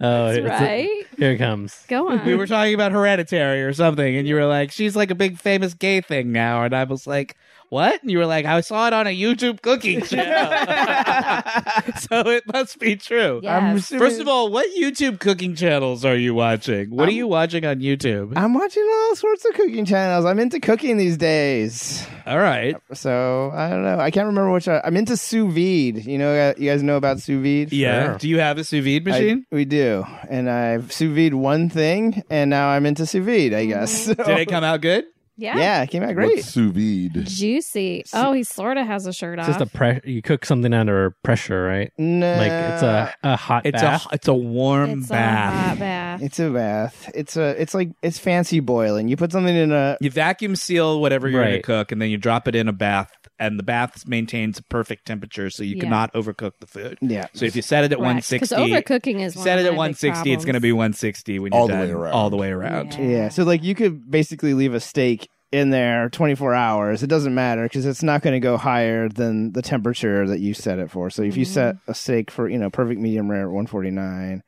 Oh,
That's
it's a-
right.
here it comes.
Go on.
we were talking about hereditary or something and you were like she's like a big famous gay thing now and I was like what? And you were like I saw it on a YouTube cooking channel. so it must be true.
I'm
Yes.
assuming-
First of all, what YouTube cooking channels are you watching? What are
Um,
you watching on YouTube?
I'm watching all sorts of cooking channels. I'm into cooking these days.
All right.
So I don't know. I can't remember which. I, I'm into sous vide. You know, you guys know about sous vide.
Yeah.
Sure.
Do you have a sous vide
I-
machine?
we do, and I've sous vide one thing, and now I'm into sous vide. I guess. So-
Did it come out good?
yeah.
yeah, it came out great.
What's sous vide?
Juicy. Oh, he sort of has a shirt
It's
off.
just a pressure. You cook something under pressure, right?
No,
Like it's a, a hot
It's
bath.
a it's a warm
It's a
bath.
hot bath.
It's a bath. It's a. It's like it's fancy boiling. You put something in a.
You vacuum seal whatever you're going
Right.
to cook, and then you drop it in a bath, and the bath maintains a perfect temperature, so you
Yeah.
cannot overcook the food.
Yeah.
So if you set it at
Correct. 'Cause
160,
overcooking is one
set
of
it at
my big
160, it's going to
problems.
be 160 when you're
All the
done,
way around.
all the way around.
Yeah.
Yeah. So like you could basically leave a steak in there 24 hours. It doesn't matter because it's not going to go higher than the temperature that you set it for. So if you
Mm-hmm.
set a steak for you know perfect medium rare at 149,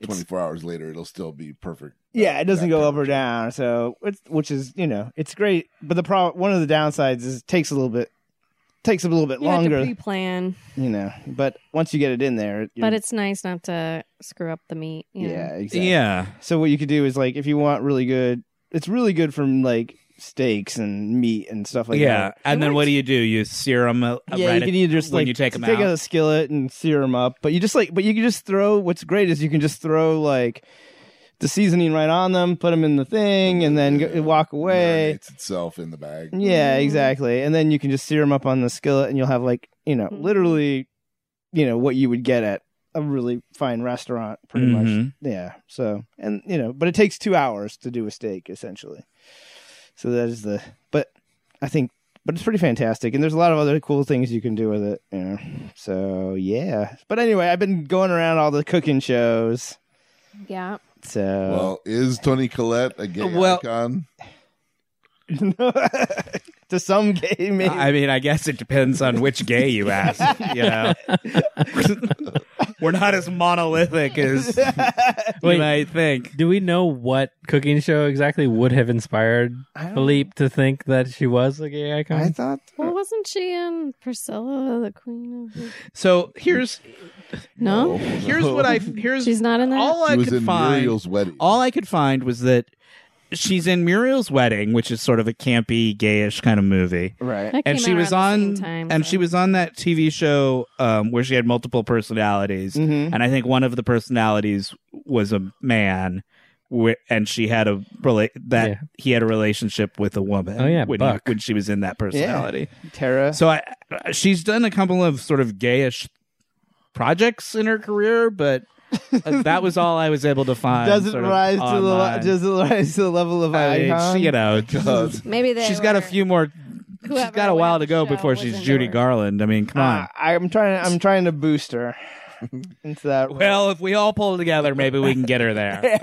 it's-
24 hours later, it'll still be perfect.
yeah, it doesn't
That
go up or
temperature.
down. So it's which is you know it's great, but the problem one of the downsides is it takes a little bit takes a little bit
You have to
longer,
pre-plan,
you know. But once you get it in there, you're-
but it's nice not to screw up the meat. you know.
yeah, exactly.
Yeah.
So what you could do is like if you want really good, it's really good from like steaks and meat and stuff like uh,
yeah.
that.
And then
works.
what do you do? You sear them uh,
yeah,
right
you
at-
can either just
when
like
you take 'em out.
a skillet and sear them up, but you just like, but you can just throw. What's great is you can just throw like the seasoning right on them, put them in the thing, and then go, walk away.
Marinates itself in the bag.
Yeah,
Mhm.
exactly. And then you can just sear them up on the skillet, and you'll have like you know,
Mhm.
literally, you know, what you would get at a really fine restaurant, pretty much.
Mhm.
Yeah. So and you know, but it takes two hours to do a steak essentially. So that is the but I think but it's pretty fantastic and there's a lot of other cool things you can do with it, you know. So yeah. But anyway, I've been going around all the cooking shows.
yeah.
So
Well, is Tony Collette a gay
Well-
icon?
to some gay maybe.
I mean, I guess it depends on which gay you ask. You know, we're not as monolithic as you
Wait.
might think.
Do we know what cooking show exactly would have inspired
I don't-
Philippe to think that she was a gay
I
icon?
thought
Well, wasn't she in Priscilla, the Queen of?
So here's
No,
here's what I here's
she's not in that.
all
She
I
Oh, was
could
in
find.
Muriel's wedding.
all I could find was that she's in Muriel's wedding, which is sort of a campy, gayish kind of movie.
right.
That
And
came
she
out
was
around the
on,
same time,
and
so-
she was on that TV show um, where she had multiple personalities,
Mm-hmm.
Mhm.
and I think one of the personalities was a man, wh- and she had a rela- that
Yeah.
he had a relationship with a woman.
Oh, yeah,
when,
Buck.
when she was in that personality.
Tara.
So I, she's done a couple of sort of gayish projects in her career, but uh, that was all I was able to find.
does it
sort of
rise to the le-
online.
does it rise to the level of
I mean,
icon?
she, you know,
Maybe they
she's got a
were-
few more. She's
whoever
got a
went
while
on
to
the
go
show
before
was
she's
into
Judy
her.
Garland. I mean, come on.
Ah, I'm trying. I'm trying to boost her into that. role.
Well, if we all pull together, maybe we can get her there.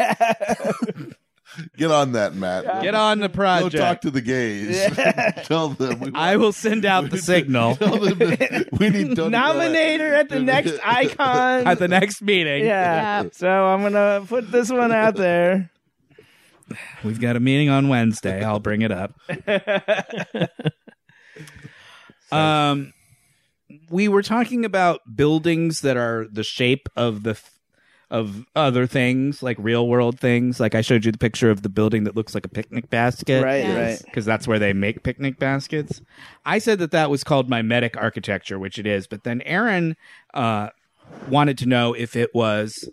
Get on that, Matt.
Get on the
Go
project.
talk to the gays. Tell them. We
I will send out the signal
Tell them that we need Tony
nominate her at the next icon.
at the next meeting.
yeah.
Yeah.
So I'm gonna put this one out there.
We've got a meeting on Wednesday. I'll bring it up. um, we were talking about buildings that are the shape of the f- of other things, like real world things. Like I showed you the picture of the building that looks like a picnic basket,
Right.
Yes.
Right.
Because that's where they make picnic baskets. I said that that was called mimetic architecture, which it is. But then Aaron uh, wanted to know if it was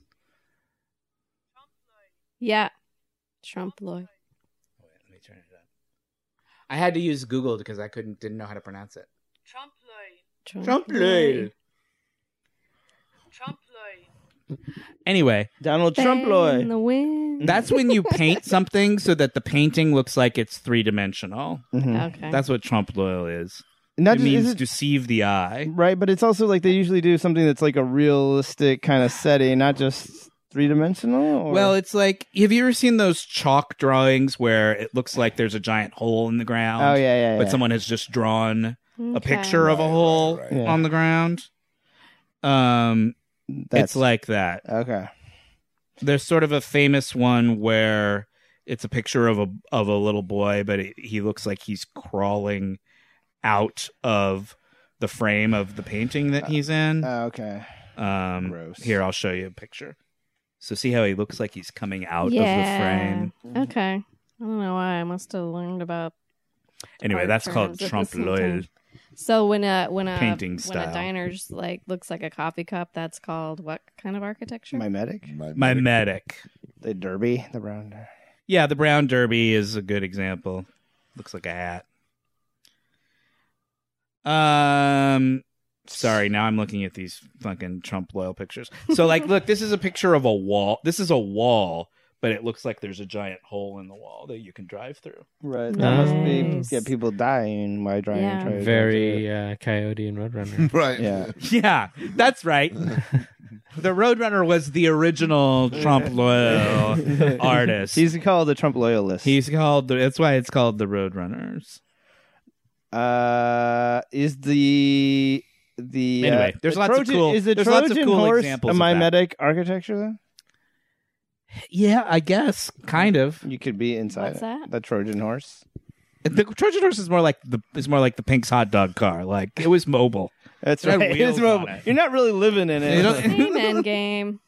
Yeah, Trump Lloyd.
I had to use Google because I couldn't didn't know how to pronounce it.
Trump.
Anyway,
Donald Trump
Bang in
Lloyd.
the wind.
that's when you paint something so that the painting looks like it's three dimensional.
Mhm.
okay.
That's what trompe l'oeil is.
Not
it
just-
means
is it-
deceive the eye.
right, but it's also like they usually do something that's like a realistic kind of setting, not just three dimensional. Or...
Well, it's like have you ever seen those chalk drawings where it looks like there's a giant hole in the ground?
oh yeah, yeah, yeah.
But someone has just drawn a
Okay.
picture of a
Right, right,
hole
right.
Yeah.
on the ground. Um,
That's
it's like that.
okay,
There's sort of a famous one where it's a picture of a of a little boy, but it, he looks like he's crawling out of the frame of the painting that he's in.
Uh,
Oh, okay.
Um,
gross.
Here, I'll show you a picture. So see how he looks like he's coming out of the
Yeah.
frame.
Okay. I don't know why I must have learned about.
Anyway,
art
that's called
terms at the
trompe
same
l'oeil.
time. So when a when a
Painting
when
style.
a diner's like looks like a coffee cup, that's called what kind of architecture?
Mimetic,
My medic.
the derby, the brown.
Yeah, the brown derby is a good example. Looks like a hat. Um sorry, now I'm looking at these fucking Trump loyal pictures. So like look, this is a picture of a wall. This is a wall, but it looks like there's a giant hole in the wall that you can drive through.
Right. That must be
Nice.
yeah, people dying by drying.
Yeah.
trying to
Very uh, Coyote and Roadrunner.
Right.
Yeah.
Yeah, that's right. the Roadrunner was the original Trump loyal
do it.
artist. He's
He's called the Trump loyalist.
uh, he's called the that's why it's called the Roadrunners.
uh is the the
Anyway,
uh,
there's
the
lots of
Trojan-
cool-
Is the
there's
Trojan
lots of cool
horse
examples
a
of that.
mimetic architecture though?
Yeah, I guess kind of.
You could be inside
What's
it.
that?
the Trojan horse.
The Trojan horse is more like the is more like the Pink's hot dog car. Like it was mobile.
That's
It had
right. It
wheels
is mobile.
on it.
You're not really living in
You
it.
don't-
Same end game.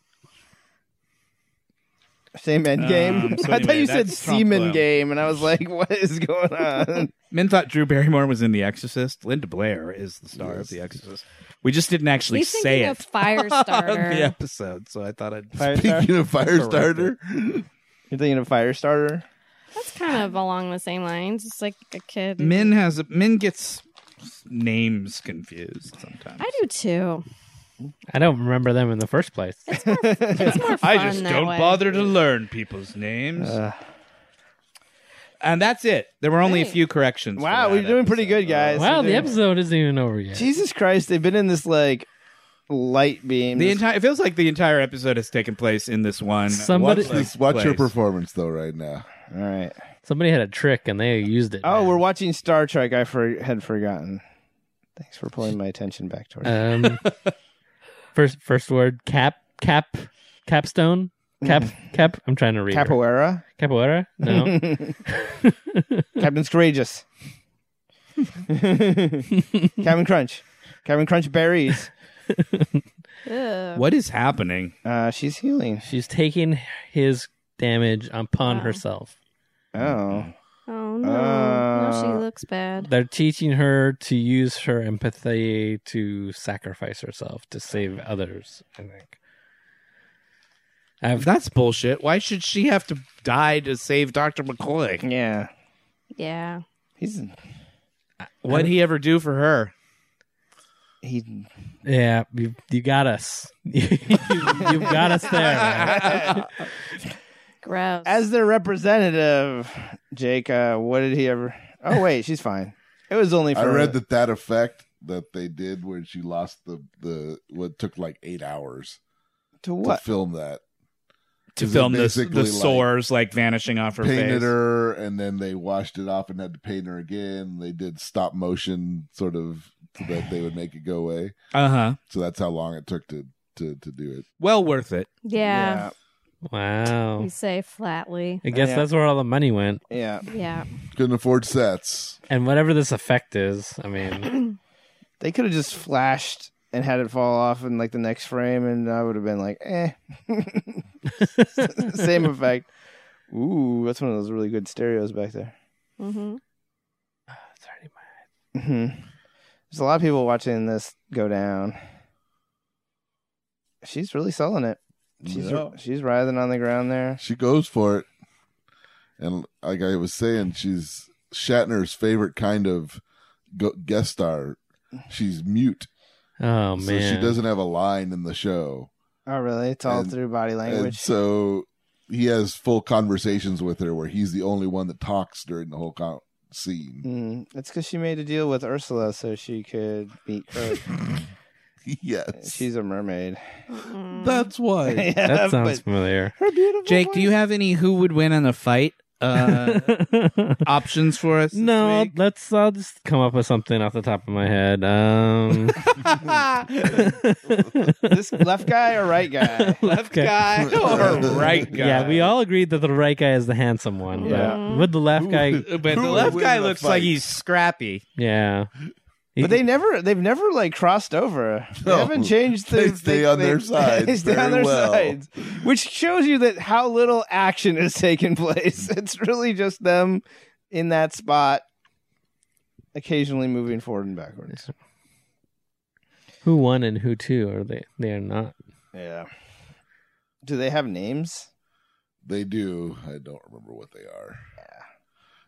Same end game.
Um, so
I thought
anyway,
you said
that's Trump
semen
Loyal.
game, and I was like, "What is going on?"
Men thought Drew Barrymore was in The Exorcist. Linda Blair is the star of The Exorcist. We just didn't actually
He's
say
thinking
it
of Firestarter.
on the episode, so I thought I'd.
Firestar-
Speaking of Firestarter,
You're thinking of Firestarter.
That's kind of along the same lines. It's like a kid.
Min has Min gets names confused sometimes.
I do too.
I don't remember them in the first place.
It's more fun
I just
that
don't
way.
bother to learn people's names.
Uh,
and that's it. There were only a
Hey.
few corrections. for
wow,
that
we're doing pretty
episode.
good, guys.
Wow,
We're
the
doing-
episode isn't even over yet.
Jesus Christ, they've been in this like light beam.
The
this-
entire it feels like the entire episode has taken place in this one.
Somebody-
watch
watch this. Watch your
place.
performance though, right now.
All right.
Somebody had a trick and they used it.
Oh,
man.
we're watching Star Trek. I for- had forgotten. Thanks for pulling my attention back to it.
Um, first first word cap cap capstone cap cap. I'm trying to read her.
Capoeira.
capoeira. No,
Captain's courageous. Captain Crunch. Captain Crunch berries.
Ugh.
What is happening?
Uh, she's healing.
she's taking his damage upon
Wow.
herself.
Oh,
Oh no! no,
Uh,
she looks bad.
They're teaching her to use her empathy to sacrifice herself to save others. I think. I've
That's bullshit. Why should she have to die to save Dr. McCoy?
yeah.
Yeah.
He's
What'd he ever do for her?
he.
yeah, you you got us. you, have got us there. man.
Gross.
As their representative, Jake. Uh, what did he ever? Oh wait, she's fine. It was only for.
I read that that effect that they did where she lost the the what took like eight hours
to
to
what?
film that
To
Is it
film the,
basically
the
like
sores like vanishing off her
painted
face.
her and then they washed it off and had to paint her again. They did stop motion sort of so that they would make it go away.
Uh huh.
So that's how long it took to to, to do it.
Well worth it.
yeah.
Wow.
You say flatly.
I guess
Yeah.
that's where all the money went.
Yeah.
Yeah.
Couldn't afford sets.
And whatever this effect is, I mean,
They could have just flashed and had it fall off in like the next frame, and I would have been like, eh. Same effect. Ooh, that's one of those really good stereos back there.
hmm
it's already mine.
Mhm. There's a lot of people watching this go down. She's really selling it. She's
Yeah.
she's writhing on the ground there.
She goes for it. And like I was saying, she's Shatner's favorite kind of go- guest star. She's mute,
Oh man,
so she doesn't have a line in the show.
Oh, really? It's all
And- uh,
through body
And
language.
so he has full conversations with her where he's the only one that talks during the whole con- scene.
Mm, it's because she made a deal with Ursula so she could beat Kirk.
yes.
Mm. She's a mermaid.
Mm-mm.
That's why.
yeah,
that sounds
but
familiar.
her beautiful.
Jake, do you have any who would win in a fight uh, options for us? this
no, I'll-
week?
let's. I'll just come up with something off the top of my head. Um,
Ah,
this left guy or right guy?
left
guy or right guy?
Yeah, we all agreed that the right guy is the handsome one.
Yeah.
But with the left guy,
But the
Who would
left
win
guy
in a
looks
fight?
like he's scrappy.
yeah.
But they never, they've never like crossed over.
No.
They haven't changed. The,
They stay on their sides
They stay
very
on their
well.
sides, which shows you that how little action is taking place. It's really just them in that spot, occasionally moving forward and backwards.
who won and who two are they? They are not.
Yeah. Do they have names?
They do. I don't remember what they are.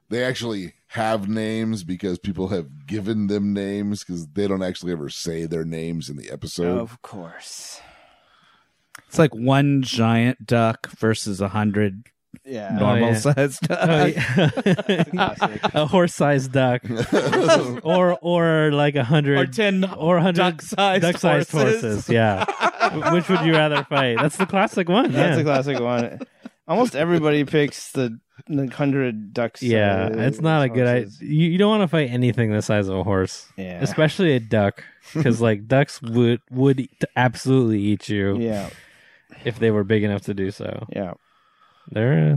They actually have names because people have given them names because they don't actually ever say their names in the episode.
Of course.
It's like one giant duck versus a hundred
Oh,
Yeah.
normal
yeah.
sized ducks.
Oh, yeah.
Classic.
a horse-sized duck, or or like a hundred
Or ten
or a hundred
duck-sized
duck-sized
horses.
Yeah, which would you rather fight? That's the classic one.
That's
yeah.
a classic one. Almost everybody picks the, the hundred ducks.
yeah,
uh,
it's not a good idea.
horses.
You, you don't want to fight anything the size of a horse,
Yeah.
especially a duck, because like ducks would would eat- absolutely eat you
yeah.
if they were big enough to do so.
Yeah.
They're uh,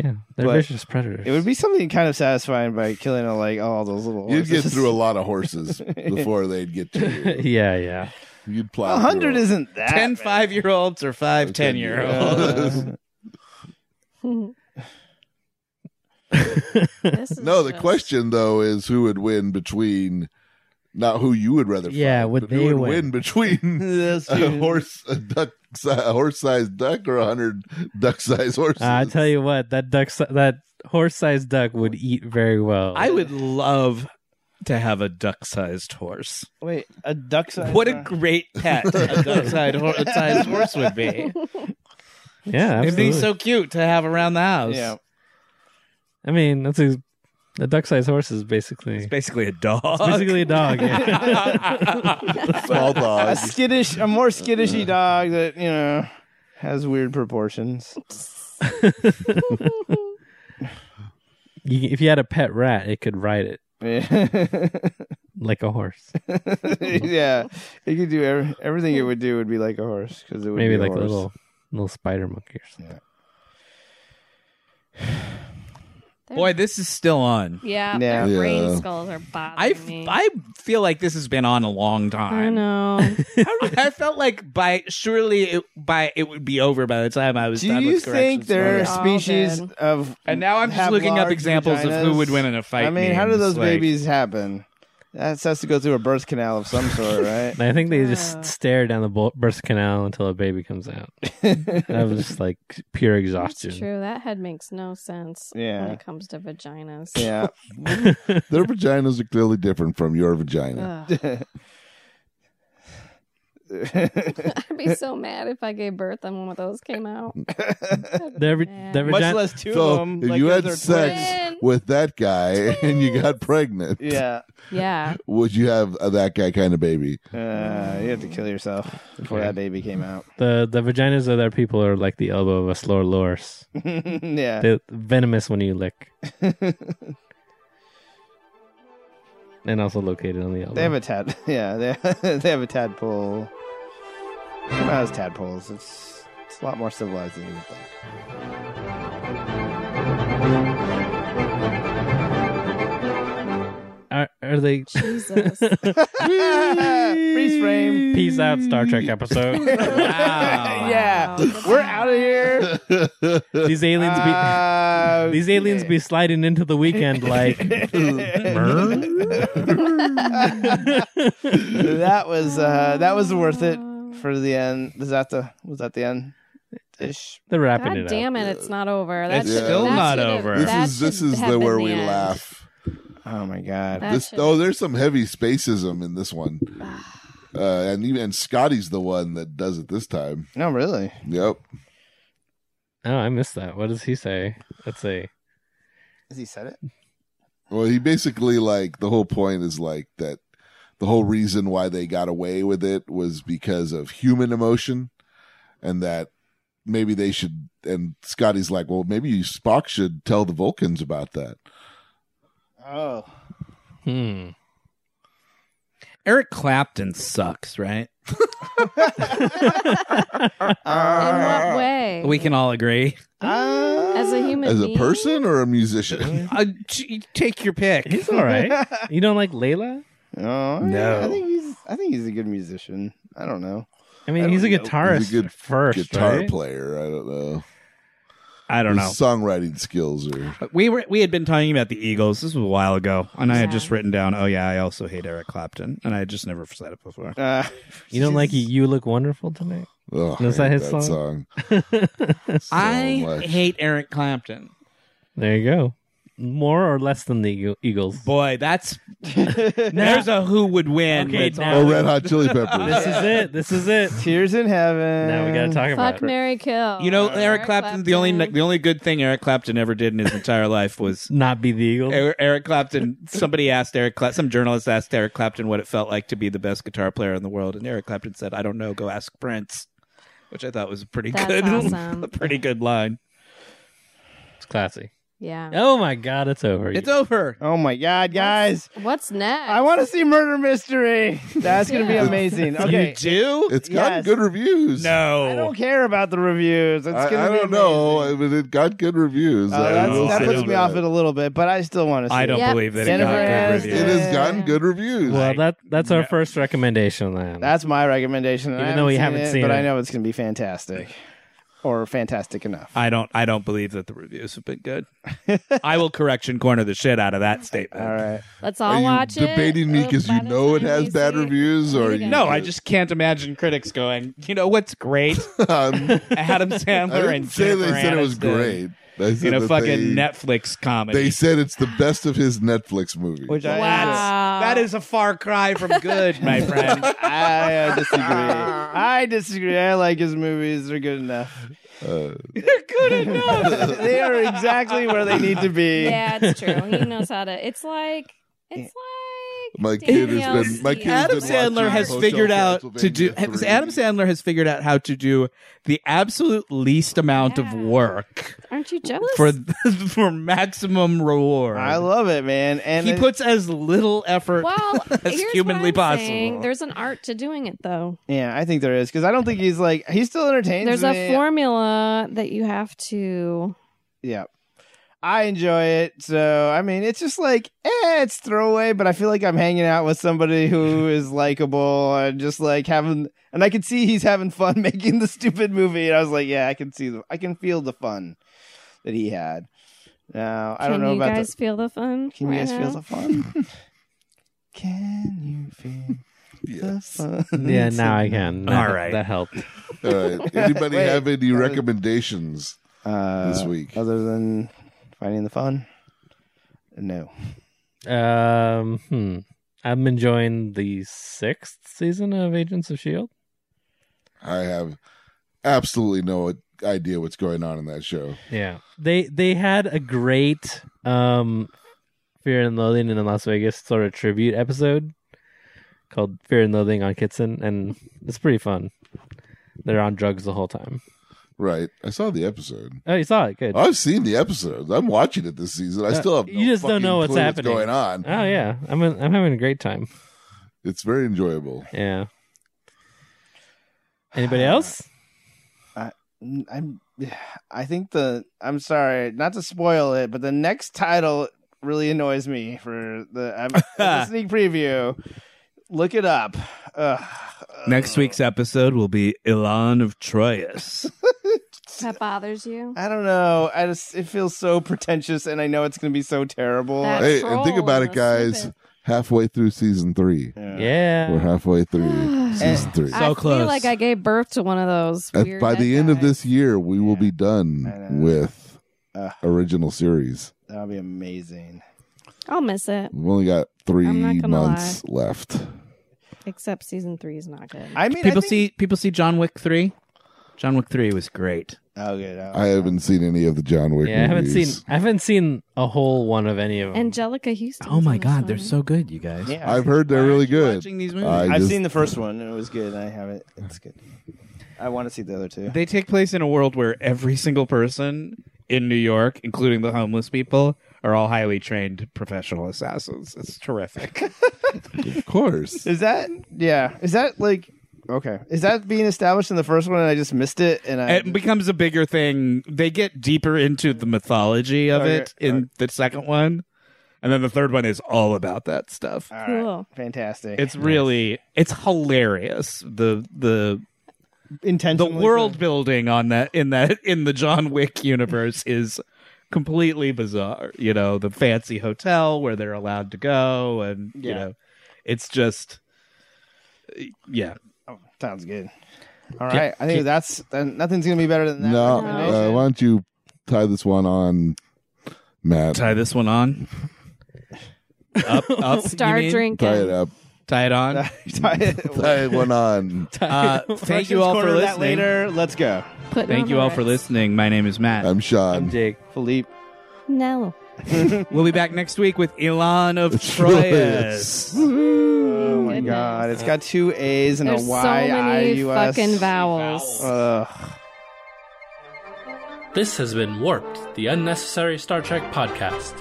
yeah, they're
But
vicious predators.
It would be something kind of satisfying by killing a, like all those little.
You'd get
horses.
through a lot of horses before they'd get to you.
yeah, yeah.
You'd plow.
A hundred
through
isn't that.
Ten
many.
five year olds or five ten year olds.
Uh,
This is
No, the
just-
question though is who would win between not who you would rather
Yeah,
fight,
would
but
they
who would
win?
win between
That's
a
true.
horse a duck si- a horse sized duck or a hundred duck sized horses?
Uh, I tell you what, that duck, si- that horse-sized duck would eat very well.
I would love to have a duck sized horse.
Wait, a duck size. Uh,
What a great pet a duck sized horse would be.
yeah,
It'd
absolutely.
be so cute to have around the house.
Yeah.
I mean, that's a, a duck-sized horse is
It's
basically
basically a dog.
basically a dog.
small
A
dog.
skittish, a more skittishy dog that you know has weird proportions.
You- if you had a pet rat, it could ride it
Yeah.
like a horse.
yeah, it could do every, everything it would do would be like a horse because it would
Maybe
be
like
a
a
horse.
little little spider monkey or something.
Boy, this is still on.
Yeah,
Yeah.
their brain
Yeah.
skulls are bothering
I,
me.
I feel like this has been on a long
I
time.
know.
I, felt like by surely it, by it would be over by the time I was
Do
done
you
with
think
corrections
there are
notice.
All
species
dead.
of?
And now I'm just
have
looking up
large
examples of who
vaginas?
would win in a fight.
I mean, how do
names,
those
like-
babies happen? That has to go through a birth canal of some sort, right?
And I think they
Uh.
just stare down the bul- birth canal until a baby comes out. That was just like pure
That's
exhaustion.
true. That head makes no sense
Yeah.
when it comes to vaginas.
yeah.
Their vaginas are clearly different from your vagina.
Ugh. I'd be so mad if I gave birth and one of those came out.
Their,
Yeah.
their
Much
vagina-
less two of
so
them.
if
like
you
if
had
they're
sex
twins.
with that guy and you got pregnant,
twins. Yeah.
Yeah.
would you have a that guy kind of baby?
Uh, you have to kill yourself before
Okay.
that baby came out.
the the vaginas of their people are like the elbow of a slow lorse.
yeah.
They're venomous when you lick, and also located on the elbow.
They have a tad. Yeah, they they have a tadpole. Come out as tadpoles. It's it's a lot more civilized than you would think.
are, are they?
Jesus.
Freeze frame.
Peace out, Star Trek episode.
Oh, Wow.
yeah,
Wow.
we're out of here.
these aliens be
Uh,
these aliens be sliding into the weekend like.
that was uh, that was worth it for the end. Is that the was that the end? Ish.
They're wrapping
God
it up.
damn it, it's not over. That's
It's still
not over.
This is this is the where we laugh.
Oh my god.
That
This,
should-
oh, there's some heavy spacism in this one,
Ah,
uh, and even and Scotty's the one that does it this time.
No, really.
Yep.
Oh, I missed that. What does he say? Let's see.
Has he said it?
Well, he basically like the whole point is like that. The whole reason why they got away with it was because of human emotion, and that maybe they should. And Scotty's like, well, maybe you- Spock should tell the Vulcans about that.
Oh.
Hmm.
Eric Clapton sucks, right?
in
Uh,
Ah.
what way?
We can all agree.
As a human,
As a
being?
person or a musician?
Uh, t- take your pick.
He's all right. You don't like Layla?
Oh,
No.
I think he's. I think he's a good musician. I don't know.
I
I
mean, he's a
don't know.
guitarist
He's a good
first,
Guitar
right?
player. I don't know.
I don't know.
His songwriting skills are.
We were we had been talking about the Eagles. This was a while ago, and I had
Yeah.
just written down, "Oh yeah, I also hate Eric Clapton," and I had just never said it before.
Uh,
You don't like "You Look Wonderful" tonight?
Oh,
Is that
I hate that
his song?
song? so
I
much.
hate Eric Clapton.
There you go. More or less than the Eagle- Eagles.
Boy, that's there's a who would win.
Okay,
that's-
now-
Oh, Red Hot Chili Peppers.
This is it. This is it.
Tears in Heaven.
Now we gotta talk about
Fuck,
it.
Mary kill.
you know, Oh, Eric Clapton. The only the only good thing Eric Clapton ever did in his entire life was
Not be the Eagles.
Oh.
Er- Eric Clapton. Somebody asked Eric. Cla- some journalist asked Eric Clapton what it felt like to be the best guitar player in the world, and Eric Clapton said, "I don't know. Go ask Prince," which I thought was a pretty
That's
good,
awesome.
a pretty good line.
It's classy.
yeah.
Oh my God, it's over.
It's over.
Oh my god, guys!
What's next?
I want to see Murder Mystery. That's gonna be
Yeah.
amazing.
You
Okay.
do?
It's gotten
Yes.
good reviews.
No.
I don't care about the reviews. It's
I,
gonna
I
be
don't know. I
amazing.
mean, it got good reviews.
Uh,
I will
that's, that
say
puts me off it a little bit, but I still want to see.
I don't
It.
Yep.
believe that it
Jennifer
got good
Aniston.
reviews.
It has gotten good reviews.
well, that that's our
No.
first recommendation then.
That's my recommendation. and I
Even though we haven't seen
but
it.
I know it's gonna be fantastic, or fantastic enough.
I don't. I don't believe that the reviews have been good. I will correction corner the shit out of that statement.
All right.
Let's
Are
all
you
watch it.
debating me
Oh,
because
by
you
the
know it
time
has
we
bad
see it-
reviews, or you
No, I just can't imagine critics going. You know what's great?
I'm-
Adam
I
Sandler
didn't
and
Um, say
Jennifer
they said it was
Aniston
great. I said
in a
that
fucking
they,
Netflix comedy.
They said it's the best of his Netflix movie.
Which I
Wow.
That is a far cry from good, my friend.
I uh, disagree. I disagree. I like his movies. They're good enough.
Uh,
They're good enough.
they are exactly where they need to be.
Yeah, it's true. He knows how to. It's like it's like
my kid
Danielle
has been. My
Steel.
kid
Adam
has been
Sandler
watching
has
Hotel
figured out to do.
Transylvania three.
Adam Sandler has figured out how to do the absolute least amount of
Yeah.
work
Aren't you jealous?
for for maximum reward.
I love it, man. And
he
it-
puts as little effort
well,
as
here's
humanly
what I'm
possible.
saying. There's an art to doing it, though.
yeah, I think there is because I don't think he's like he still entertains.
There's a
me.
formula that you have to.
Yeah. I enjoy it. So, I mean, it's just like, eh, it's throwaway, but I feel like I'm hanging out with somebody who is likable and just like having, and I could see he's having fun making the stupid movie. And I was like, yeah, I can see the, I can feel the fun that he had. Now, I
Can
don't know
you
about
guys
the,
feel the fun?
can you
right
guys feel
now?
the fun? can you feel the
Yes.
fun?
yeah, now I can. That,
All right.
that helped.
All right. Anybody
Wait.
have
Uh,
any recommendations
Uh,
this week?
Other than finding the fun? No.
Um, hmm. I'm enjoying the sixth season of Agents of Shield.
I have absolutely no idea what's going on in that show.
Yeah. They they had a great um Fear and Loathing in Las Vegas sort of tribute episode called Fear and Loathing on Kitson and it's pretty fun. They're on drugs the whole time.
Right. I saw the episode.
Oh, you saw it. Good. Oh,
I've seen the episodes. I'm watching it this season. I
Uh,
still have. No
you just don't
fucking
know what's
clue
happening. Uh,
going on.
Oh, yeah. I'm i I'm having a great time.
It's very enjoyable.
Yeah. Anybody else?
N- I'm. I think the. I'm sorry, not to spoil it, but the next title really annoys me for the, I'm, the sneak preview. Look it up. Ugh.
Next week's episode will be Ilan of Troyes.
That bothers you.
I don't know. I just it feels so pretentious, and I know it's going to be so terrible.
That
Hey, and
troll
think about it,
in the
guys.
snippet.
Halfway through season three. Uh, We're
Yeah.
halfway through season three.
So
I
close.
feel like I gave birth to one of those.
At-
weird
by the
head
end of
guys.
this year, we will be
I know.
done with
Ugh.
original series.
That'll be amazing.
I'll miss it.
We've only got three
I'm not gonna Oh,
months left.
Except season three is not good.
I mean,
people
I think-
see people see John Wick three. John Wick three was great.
Oh, good. Oh,
I haven't seen any of the John Wick.
Yeah, I haven't seen
movies.
I haven't seen a whole one of any of them.
Angelica Houston.
Oh my god, they're so good, you guys.
Yeah,
I've heard they're really good.
Watching these movies.
I
I've
just-
seen the first one. and It was good. and I haven't. It's good. I want to see the other two.
they take place in a world where every single person in New York, including the homeless people, are all highly trained professional assassins. It's terrific.
of course.
Is that? Yeah. Is that like? Okay. Is that being established in the first one and I just missed it? And I.
it becomes a bigger thing. They get deeper into the mythology of
Okay,
it in the second one, and then the third one is all about that stuff.
All right,
cool.
Fantastic.
It's really it's hilarious. The the the
intentional.
world building on that in that in the John Wick universe is completely bizarre. You know, the fancy hotel where they're allowed to go and you
Yeah.
know it's just yeah.
sounds good. All right. I think that's then nothing's gonna be better than that.
No,
recommendation.
uh, why don't you tie this one on, Matt?
Tie this one on. up up you
Star
mean?
drinking.
Tie it up.
Tie it on.
Tie it-
Tie one on.
Uh, thank you
Corrections
all for
corner
listening.
That later. Let's go.
Putting
Thank
on
you
the
all for
Ritz.
listening. My name is Matt.
I'm
I'm
Sean.
Jake.
Philippe.
No.
we'll be back next week with Elon of
Troyes.
Troyes.
Oh my
Goodness.
god. It's got two A's and
There's
a
so
Y I
many
U S.
fucking vowels.
Ugh.
This has been Warped, the Unnecessary Star Trek podcast.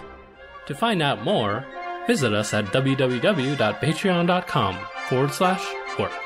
To find out more, visit us at www.patreon.com forward slash warped.